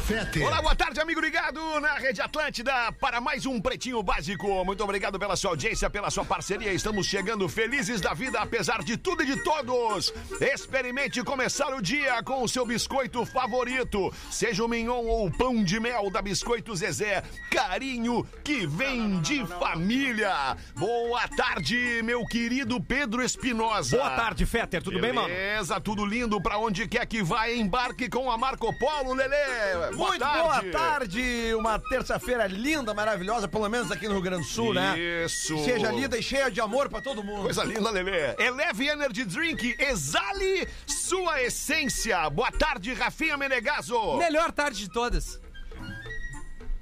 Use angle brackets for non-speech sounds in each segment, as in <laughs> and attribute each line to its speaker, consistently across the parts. Speaker 1: Cafete.
Speaker 2: Olá, boa tarde, amigo ligado na Rede Atlântida para mais um Pretinho Básico. Muito obrigado pela sua audiência, pela sua parceria. Estamos chegando felizes da vida, apesar de tudo e de todos. Experimente começar o dia com o seu biscoito favorito, seja o mignon ou o pão de mel da Biscoito Zezé. Carinho que vem de família. Boa tarde, meu querido Pedro Espinosa.
Speaker 3: Boa tarde, Fetter. Tudo bem, mano?
Speaker 2: Beleza, tudo lindo pra onde quer que vá, embarque com a Marco Polo, Lelê. Boa
Speaker 4: Muito boa tarde, uma terça-feira linda, maravilhosa, pelo menos aqui no Rio Grande do Sul, né?
Speaker 2: Isso.
Speaker 4: Seja linda e cheia de amor pra todo mundo.
Speaker 2: Coisa linda, Lelê. Eleve Energy Drink, exale sua essência. Boa tarde, Rafinha Menegaso.
Speaker 5: Melhor tarde de todas.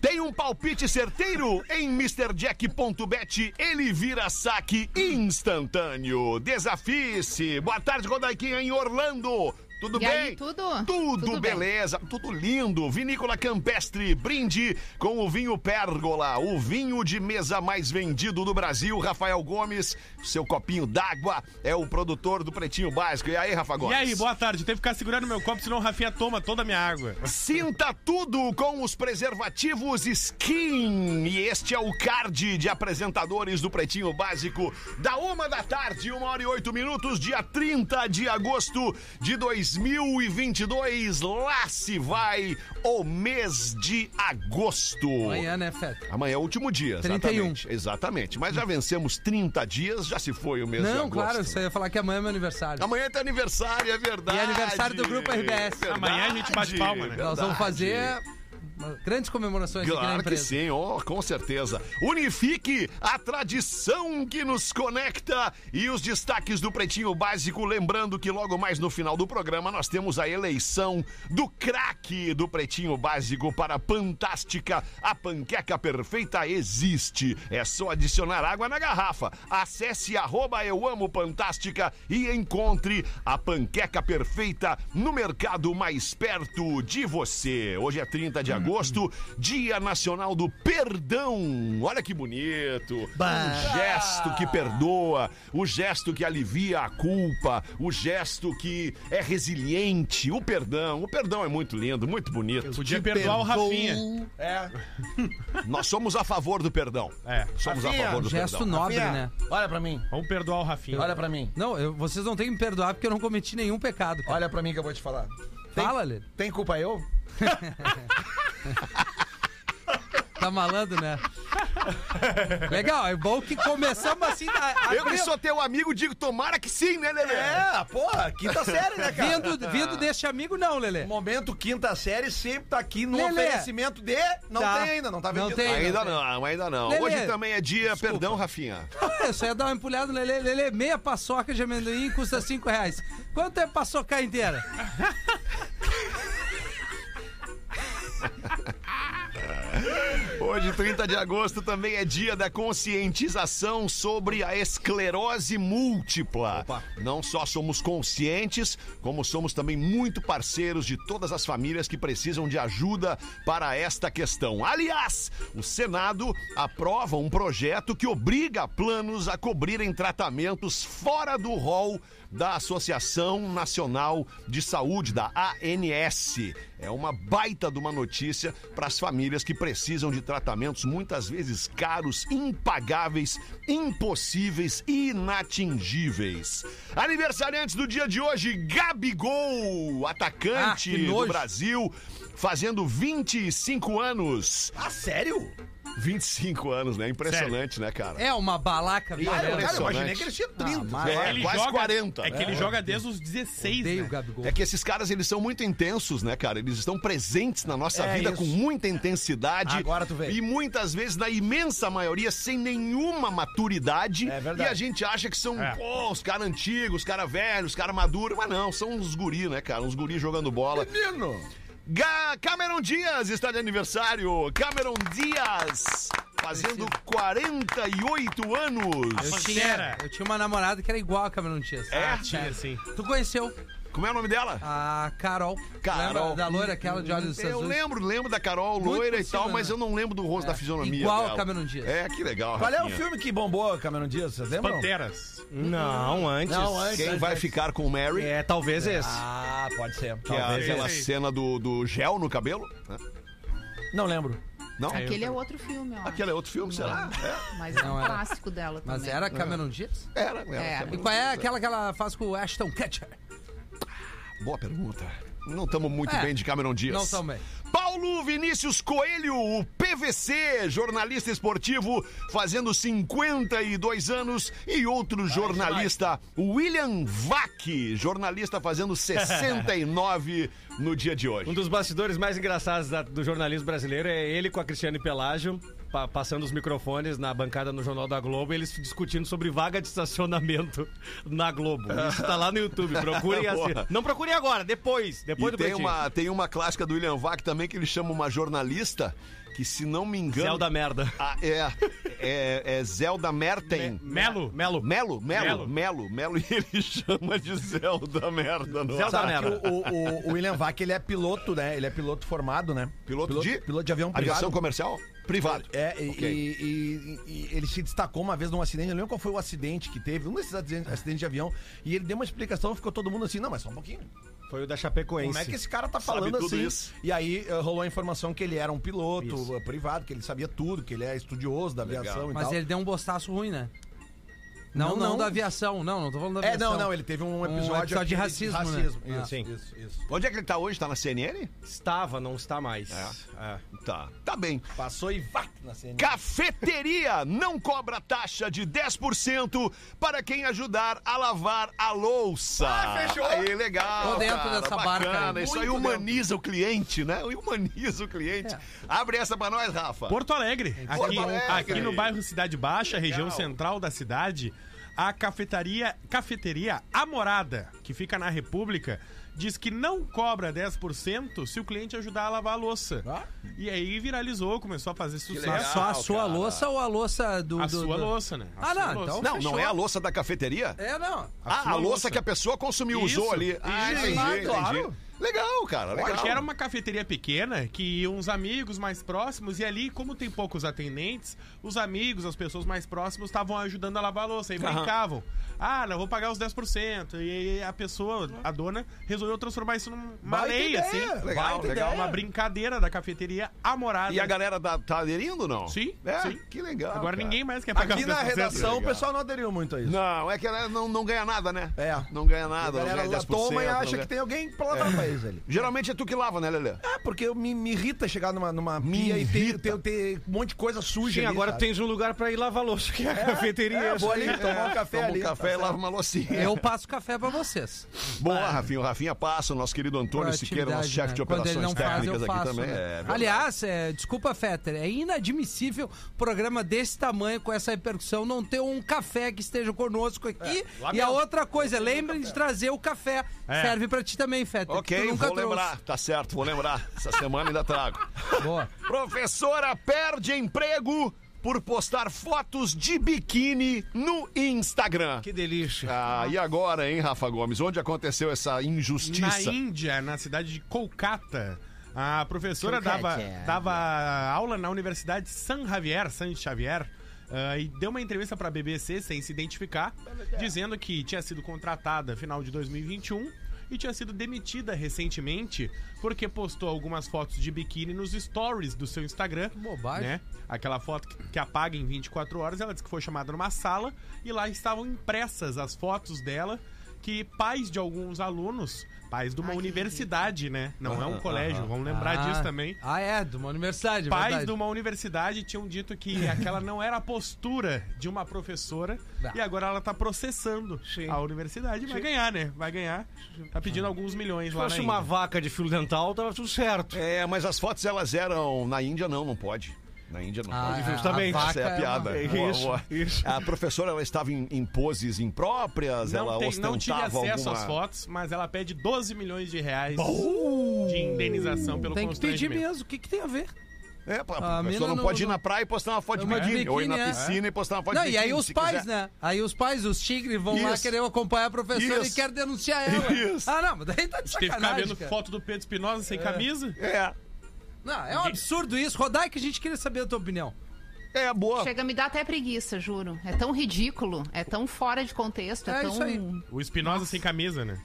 Speaker 2: Tem um palpite certeiro em MrJack.bet, ele vira saque instantâneo. Desafie-se. Boa tarde, Rodaiquinha, em Orlando. Tudo
Speaker 6: E
Speaker 2: bem?
Speaker 6: aí, tudo?
Speaker 2: Tudo,
Speaker 6: Tudo bem.
Speaker 2: beleza, tudo lindo. Vinícola Campestre, brinde com o vinho Pérgola, o vinho de mesa mais vendido do Brasil. Rafael Gomes, seu copinho d'água, é o produtor do Pretinho Básico. E aí, Rafa
Speaker 7: E
Speaker 2: Gomes?
Speaker 7: aí, boa tarde. Eu tenho que ficar segurando meu copo, senão o Rafinha toma toda a minha água.
Speaker 2: Sinta tudo com os preservativos Skin. E este é o card de apresentadores do Pretinho Básico da uma da tarde, uma hora e oito minutos, dia 30 de agosto de 2022. Lá se vai o mês de agosto.
Speaker 5: Amanhã, um. né, Feta?
Speaker 2: Amanhã é o último dia,
Speaker 5: 31.
Speaker 2: exatamente. Exatamente. Mas já vencemos 30 dias, já se foi o mês de
Speaker 5: Não,
Speaker 2: agosto.
Speaker 5: claro, você ia falar que amanhã é meu aniversário.
Speaker 2: Amanhã é teu aniversário, é verdade.
Speaker 5: E é aniversário do Grupo RBS.
Speaker 7: Amanhã a gente bate palma, né?
Speaker 5: Nós
Speaker 2: Verdade.
Speaker 5: vamos fazer grandes comemorações aqui na
Speaker 2: Claro que
Speaker 5: empresa.
Speaker 2: sim, ó, com certeza. Unifique a tradição que nos conecta e os destaques do Pretinho Básico. Lembrando que logo mais no final do programa nós temos a eleição do craque do Pretinho Básico para a Fantástica. A panqueca perfeita existe. É só adicionar água na garrafa. Acesse arroba eu amo Fantástica e encontre a panqueca perfeita no mercado mais perto de você. Hoje é 30 de agosto, Dia Nacional do Perdão. Olha que bonito. O gesto que perdoa, o gesto que alivia a culpa, o gesto que é resiliente, o perdão. O perdão é muito lindo, muito bonito.
Speaker 7: Podia perdoar o Rafinha.
Speaker 4: É.
Speaker 2: Nós somos a favor do perdão.
Speaker 7: É.
Speaker 2: Somos
Speaker 4: Rafinha,
Speaker 2: a favor do
Speaker 5: Gesto
Speaker 2: perdão.
Speaker 5: nobre,
Speaker 4: Fia,
Speaker 5: né?
Speaker 4: Olha pra mim,
Speaker 7: Vamos perdoar o Rafinha.
Speaker 4: olha pra mim.
Speaker 5: Não, eu- vocês não têm que me perdoar porque eu não cometi nenhum pecado. cara.
Speaker 4: Olha pra mim que eu vou te falar. tem-
Speaker 5: Fala, Lê.
Speaker 4: Tem culpa eu?
Speaker 5: Tá malando,
Speaker 2: <laughs>
Speaker 5: né? Legal, é bom que começamos assim. A, a,
Speaker 2: Eu que sou teu amigo, digo tomara que sim, né, Lelê?
Speaker 4: É, porra, quinta série, né, cara?
Speaker 5: vindo, vindo deste amigo, não, Lelê.
Speaker 4: Momento quinta série sempre tá aqui no
Speaker 5: Lelê.
Speaker 4: oferecimento de... Não
Speaker 5: Tá.
Speaker 4: tem ainda, não tá
Speaker 5: Não
Speaker 4: vendido.
Speaker 5: tem.
Speaker 2: Ainda não, ah, ainda não.
Speaker 5: Lelê.
Speaker 2: Hoje também é dia, perdão, Rafinha.
Speaker 5: É, só ia dar uma empulhada no Lelê. Lelê, meia paçoca de amendoim custa 5 reais. Quanto é paçoca inteira?
Speaker 2: Hoje, 30 de agosto, também é dia da conscientização sobre a esclerose múltipla. Não só somos conscientes, como somos também muito parceiros de todas as famílias que precisam de ajuda para esta questão. Aliás, o Senado aprova um projeto que obriga planos a cobrirem tratamentos fora do rol da Associação Nacional de Saúde, da ANS. É uma baita de uma notícia para as famílias que precisam de tratamentos muitas vezes caros, impagáveis, impossíveis, inatingíveis. Aniversariantes do dia de hoje, Gabigol,
Speaker 5: Ah,
Speaker 2: atacante
Speaker 5: que
Speaker 2: do
Speaker 5: nojo.
Speaker 2: Brasil, fazendo 25 anos.
Speaker 4: Ah, sério?
Speaker 2: 25 anos, né? Impressionante, né, cara?
Speaker 5: É uma balaca, viu?
Speaker 4: Cara, eu- cara, eu
Speaker 5: Lelê?
Speaker 2: impressionante.
Speaker 4: imaginei que eles tinham 30.
Speaker 5: mas-
Speaker 2: É,
Speaker 7: Ele
Speaker 2: quase né?
Speaker 7: joga-
Speaker 2: 40.
Speaker 7: É que ele joga desde os 16,
Speaker 5: Odeio o
Speaker 7: né?
Speaker 5: Gabigol.
Speaker 2: É que esses caras, eles são muito intensos, né, cara? Eles estão presentes na nossa
Speaker 4: É
Speaker 2: vida
Speaker 4: isso.
Speaker 2: com muita intensidade.
Speaker 4: Agora tu vê.
Speaker 2: E muitas vezes, na imensa maioria, sem nenhuma maturidade.
Speaker 4: É verdade.
Speaker 2: E a gente acha que são,
Speaker 7: É.
Speaker 2: pô, os caras antigos, os caras velhos, os caras maduros. Mas não, são uns guri, né, cara? Uns guri jogando bola.
Speaker 4: Menino.
Speaker 2: Ga- Cameron Dias está de aniversário. Cameron Dias, fazendo 48 anos.
Speaker 5: Eu
Speaker 7: Pantera.
Speaker 2: É?
Speaker 5: tinha, eu tinha uma namorada que era igual a Cameron Dias.
Speaker 4: assim.
Speaker 7: É, tinha, sim.
Speaker 5: Tu conheceu?
Speaker 2: Como é o nome dela?
Speaker 5: A Carol.
Speaker 2: Carol.
Speaker 5: Lembra da loira, aquela de olhos azuis.
Speaker 2: Eu lembro, lembro da Carol, loira
Speaker 5: possível,
Speaker 2: e tal, mas
Speaker 5: né?
Speaker 2: eu não lembro do rosto da fisionomia.
Speaker 5: igual
Speaker 2: dela.
Speaker 5: a Cameron Diaz.
Speaker 2: É, que legal.
Speaker 4: Qual é o
Speaker 2: Rafinha.
Speaker 4: filme que bombou Cameron Dias? Vocês lembram?
Speaker 7: Panteras.
Speaker 1: Não, antes.
Speaker 4: Não, antes.
Speaker 2: Quem vai ficar com o Mary?
Speaker 1: É, talvez esse.
Speaker 4: Ah, pode ser.
Speaker 2: Que é
Speaker 4: Talvez.
Speaker 2: aquela
Speaker 7: esse aí.
Speaker 2: cena do, do gel no cabelo? né?
Speaker 4: Não lembro.
Speaker 2: Não?
Speaker 3: Aquele é outro filme, ó.
Speaker 2: Aquele é outro filme, será?
Speaker 4: Ah.
Speaker 3: Mas é
Speaker 5: Não
Speaker 3: um
Speaker 5: era.
Speaker 3: clássico dela também.
Speaker 5: Mas era Cameron Diaz?
Speaker 2: É, Era, era.
Speaker 3: É.
Speaker 5: E
Speaker 2: Cameron
Speaker 5: qual é
Speaker 2: Diaz,
Speaker 5: aquela que ela faz com o Ashton Kutcher?
Speaker 2: Boa pergunta. Não estamos muito
Speaker 5: É,
Speaker 2: bem de Cameron Dias.
Speaker 5: não tamo bem.
Speaker 2: Paulo Vinícius Coelho, o PVC, jornalista esportivo, fazendo 52 anos, e outro jornalista, William Vac, jornalista
Speaker 5: <laughs>
Speaker 2: fazendo 69 no dia de
Speaker 1: Um
Speaker 2: hoje.
Speaker 1: dos bastidores mais engraçados da- do jornalismo brasileiro é ele com a Cristiane Pelágio, pa- passando os microfones na bancada no Jornal da Globo, eles discutindo sobre vaga de estacionamento na Globo. Isso tá lá no YouTube,
Speaker 2: <laughs>
Speaker 1: procurem assim.
Speaker 2: Boa.
Speaker 1: Não procurem agora, depois, depois
Speaker 2: E
Speaker 1: do
Speaker 2: tem
Speaker 1: pretinho.
Speaker 2: uma, tem uma clássica do William Vac também que ele chama uma jornalista que, se não me engano.
Speaker 1: Céu da merda.
Speaker 2: Ah, é, é, é Zelda Merten.
Speaker 7: Melo.
Speaker 1: Melo.
Speaker 2: Melo, Melo,
Speaker 7: Melo.
Speaker 2: Melo, Melo, <laughs> e ele chama de Zelda merda no
Speaker 1: Zelda
Speaker 2: ar.
Speaker 1: merda.
Speaker 4: Sabe que o, o- o William Vac, ele é piloto, né? Ele é piloto formado, né?
Speaker 2: Piloto de?
Speaker 4: Piloto de avião privado.
Speaker 2: Aviação comercial? Privado.
Speaker 4: É, e,
Speaker 2: Ok.
Speaker 4: e- e- e ele se destacou uma vez num acidente, eu não lembro qual foi o acidente que teve, um desses acidentes acidente de avião, e ele deu uma explicação, ficou todo mundo assim, não, mas só um pouquinho.
Speaker 1: Foi o da Chapecoense.
Speaker 4: Como é que esse cara tá
Speaker 2: Sabe
Speaker 4: falando
Speaker 2: tudo
Speaker 4: assim?
Speaker 2: isso.
Speaker 4: E aí eh, rolou a informação que ele era um piloto
Speaker 1: Isso.
Speaker 4: eh, privado, que ele sabia tudo, que ele é estudioso da aviação e
Speaker 5: Mas
Speaker 4: tal.
Speaker 5: ele deu um bostaço ruim, né? Não, não,
Speaker 4: Não, não.
Speaker 5: da aviação, não, não tô falando da
Speaker 4: É,
Speaker 5: aviação.
Speaker 4: não, não, ele teve um
Speaker 5: Um
Speaker 4: episódio,
Speaker 5: episódio
Speaker 4: aqui
Speaker 5: de racismo, né?
Speaker 4: Isso,
Speaker 5: Ah,
Speaker 1: sim.
Speaker 4: isso, isso.
Speaker 2: Onde é que ele tá hoje? Tá na CNN?
Speaker 1: Estava, não está mais. É.
Speaker 2: Tá. Tá bem.
Speaker 4: Passou e vac na CNN.
Speaker 2: Cafeteria não cobra taxa de 10% para quem ajudar a lavar a louça. Ah, fechou. Aí, legal.
Speaker 5: Tô dentro
Speaker 2: cara,
Speaker 5: dessa
Speaker 2: bacana.
Speaker 5: barca aí.
Speaker 2: Isso aí
Speaker 5: Muito
Speaker 2: humaniza o cliente, né? Humaniza o cliente.
Speaker 5: É.
Speaker 2: Abre essa pra nós, Rafa.
Speaker 7: Porto Alegre. Aqui,
Speaker 2: Porto Alegre.
Speaker 7: aqui no bairro Cidade Baixa, região
Speaker 2: Legal.
Speaker 7: central da cidade, a cafetaria, cafeteria A Morada, que fica na República, diz que não cobra 10% se o cliente ajudar a lavar a louça.
Speaker 4: Ah.
Speaker 7: E aí viralizou, começou a fazer sucesso.
Speaker 2: legal.
Speaker 5: Só a sua
Speaker 2: cara.
Speaker 5: louça ou a louça do.
Speaker 7: A
Speaker 5: do-
Speaker 7: sua
Speaker 5: do-
Speaker 7: louça, né? A
Speaker 5: Ah,
Speaker 7: sua
Speaker 5: não,
Speaker 7: louça.
Speaker 5: então.
Speaker 2: Não, não
Speaker 5: fechou.
Speaker 2: é a louça da cafeteria?
Speaker 5: É, não.
Speaker 2: Ah, a
Speaker 7: sua
Speaker 2: louça,
Speaker 7: louça.
Speaker 2: que a pessoa consumiu, usou
Speaker 7: Isso,
Speaker 2: ali. Ah,
Speaker 7: isso,
Speaker 2: entendi,
Speaker 7: claro,
Speaker 2: entendi.
Speaker 7: claro.
Speaker 2: Legal, cara, legal.
Speaker 7: Porque era uma cafeteria pequena que iam uns amigos mais próximos e ali, como tem poucos atendentes, os amigos, as pessoas mais próximas estavam ajudando a lavar a louça e brincavam. Ah, não vou pagar os 10%. E a pessoa, a dona, resolveu transformar isso numa
Speaker 4: Baita
Speaker 7: lei,
Speaker 4: ideia,
Speaker 7: assim.
Speaker 2: legal,
Speaker 7: Baita
Speaker 2: legal.
Speaker 7: ideia. Uma brincadeira da cafeteria amorada.
Speaker 2: E a galera da- tá aderindo ou não?
Speaker 7: Sim,
Speaker 2: É?
Speaker 7: sim.
Speaker 2: Que legal.
Speaker 7: Agora
Speaker 2: cara.
Speaker 7: ninguém mais quer pagar
Speaker 4: Aqui
Speaker 7: os
Speaker 4: na
Speaker 7: 10%.
Speaker 4: redação o
Speaker 2: legal.
Speaker 4: pessoal não aderiu muito a isso.
Speaker 2: Não, é que ela não, não ganha nada, né?
Speaker 4: É.
Speaker 2: Não ganha
Speaker 4: A
Speaker 2: nada,
Speaker 4: galera
Speaker 2: não
Speaker 4: lá
Speaker 2: é ganha 10%.
Speaker 4: toma e
Speaker 2: não
Speaker 4: acha
Speaker 2: ganha-
Speaker 4: que tem alguém pra lavar pra eles ali.
Speaker 2: Geralmente é tu que lava, né, Lelê?
Speaker 4: Ah, porque eu me, me irrita chegar numa, numa
Speaker 2: Me
Speaker 4: pia e ter,
Speaker 2: irrita.
Speaker 4: ter, ter um monte de coisa suja.
Speaker 1: Sim,
Speaker 4: ali,
Speaker 1: agora
Speaker 4: sabe?
Speaker 1: tens um lugar pra ir lavar louça, que é a cafeteria.
Speaker 4: É, vou ali tomar um café
Speaker 2: Toma
Speaker 4: ali.
Speaker 2: um café e lava uma loucinha.
Speaker 5: Eu passo café pra vocês.
Speaker 2: Boa, Rafinha. O Rafinha passa, o nosso querido Antônio Siqueira, nosso chefe de
Speaker 5: né? Quando
Speaker 2: operações
Speaker 5: ele não faz,
Speaker 2: técnicas
Speaker 5: eu faço.
Speaker 2: aqui também.
Speaker 5: né?
Speaker 2: É, verdade.
Speaker 5: Aliás, é, desculpa, Fetter, é inadmissível um programa desse tamanho, com essa repercussão, não ter um café que esteja conosco
Speaker 2: É,
Speaker 5: aqui. e a outra coisa, lembrem de trazer o café. Serve pra ti também, Fetter. que tu
Speaker 2: Ok,
Speaker 5: nunca
Speaker 2: vou
Speaker 5: trouxe.
Speaker 2: lembrar. Tá certo, vou lembrar. Essa semana ainda trago.
Speaker 5: <laughs> Boa.
Speaker 2: Professora perde emprego por postar fotos de biquíni no Instagram.
Speaker 1: Que delícia.
Speaker 2: Ah, e agora, hein, Rafa Gomes? Onde aconteceu essa
Speaker 7: Na
Speaker 2: injustiça?
Speaker 7: Índia, na cidade de Kolkata, a professora dava, dava aula na Universidade San Javier, San Xavier, ah, e deu uma entrevista para a BBC sem se identificar, dizendo que tinha sido contratada no final de 2021 e tinha sido demitida recentemente porque postou algumas fotos de biquíni nos stories do seu Instagram.
Speaker 5: bobagem.
Speaker 7: né? Aquela foto que- que apaga em 24 horas, ela disse que foi chamada numa sala e lá estavam impressas as fotos dela que pais de alguns alunos, pais de uma universidade, né? Não é um colégio, vamos lembrar
Speaker 5: Ah,
Speaker 7: disso também.
Speaker 5: Ah, é, de uma universidade.
Speaker 7: Pais
Speaker 5: verdade.
Speaker 7: de uma universidade tinham
Speaker 1: <laughs>
Speaker 7: dito que aquela não era a postura de uma professora
Speaker 5: Ah.
Speaker 7: e agora ela tá processando
Speaker 1: Sim.
Speaker 7: a universidade. Vai ganhar, né? Vai ganhar. Tá pedindo alguns milhões
Speaker 1: Se
Speaker 7: lá
Speaker 1: fosse
Speaker 7: na
Speaker 1: uma
Speaker 7: Índia.
Speaker 1: vaca de fio dental, tava tudo certo.
Speaker 2: É, mas as fotos elas eram. Na Índia não, não pode. Na Índia não
Speaker 5: Ah,
Speaker 2: pode.
Speaker 5: é,
Speaker 1: Justamente.
Speaker 5: a vaca
Speaker 2: Essa é a piada.
Speaker 5: uma-
Speaker 1: É
Speaker 2: Boa,
Speaker 1: isso,
Speaker 2: boa.
Speaker 1: isso.
Speaker 2: A professora ela estava em, em poses impróprias,
Speaker 7: Não,
Speaker 2: ela
Speaker 7: tem-
Speaker 2: ostentava
Speaker 7: não tive acesso
Speaker 2: alguma...
Speaker 7: às fotos, mas ela pede 12 milhões de reais de indenização pelo
Speaker 5: Tem que pedir
Speaker 7: constrangimento.
Speaker 5: mesmo. O que, que tem a ver?
Speaker 2: É, pô,
Speaker 5: A
Speaker 2: a pessoa
Speaker 5: mina
Speaker 2: não,
Speaker 5: não-
Speaker 2: pode ir
Speaker 5: não-
Speaker 2: na praia e postar uma foto de
Speaker 5: Uma de
Speaker 2: biquíni, ou ir na
Speaker 5: biquíni, é.
Speaker 2: piscina e postar uma foto
Speaker 5: Não,
Speaker 2: de
Speaker 5: e
Speaker 2: biquíni.
Speaker 5: aí os
Speaker 2: se
Speaker 5: pais,
Speaker 2: quiser.
Speaker 5: né? Aí os pais, os tigres, vão lá
Speaker 2: Isso.
Speaker 5: querer acompanhar a professora
Speaker 2: Isso.
Speaker 5: e quer denunciar ela.
Speaker 2: Isso.
Speaker 5: Ah, não, mas daí tá de
Speaker 7: Tem que ficar
Speaker 5: sacanagem.
Speaker 7: vendo
Speaker 5: cara.
Speaker 7: foto do Pedro Espinosa sem camisa?
Speaker 5: né?
Speaker 2: É.
Speaker 5: Não, é um absurdo isso. Rodai que a gente queria saber a tua opinião.
Speaker 2: É, boa.
Speaker 3: Chega a me dar até preguiça, juro. É tão ridículo, é tão fora de contexto, é,
Speaker 5: É
Speaker 3: tão...
Speaker 5: isso aí.
Speaker 7: O Espinosa sem camisa, né?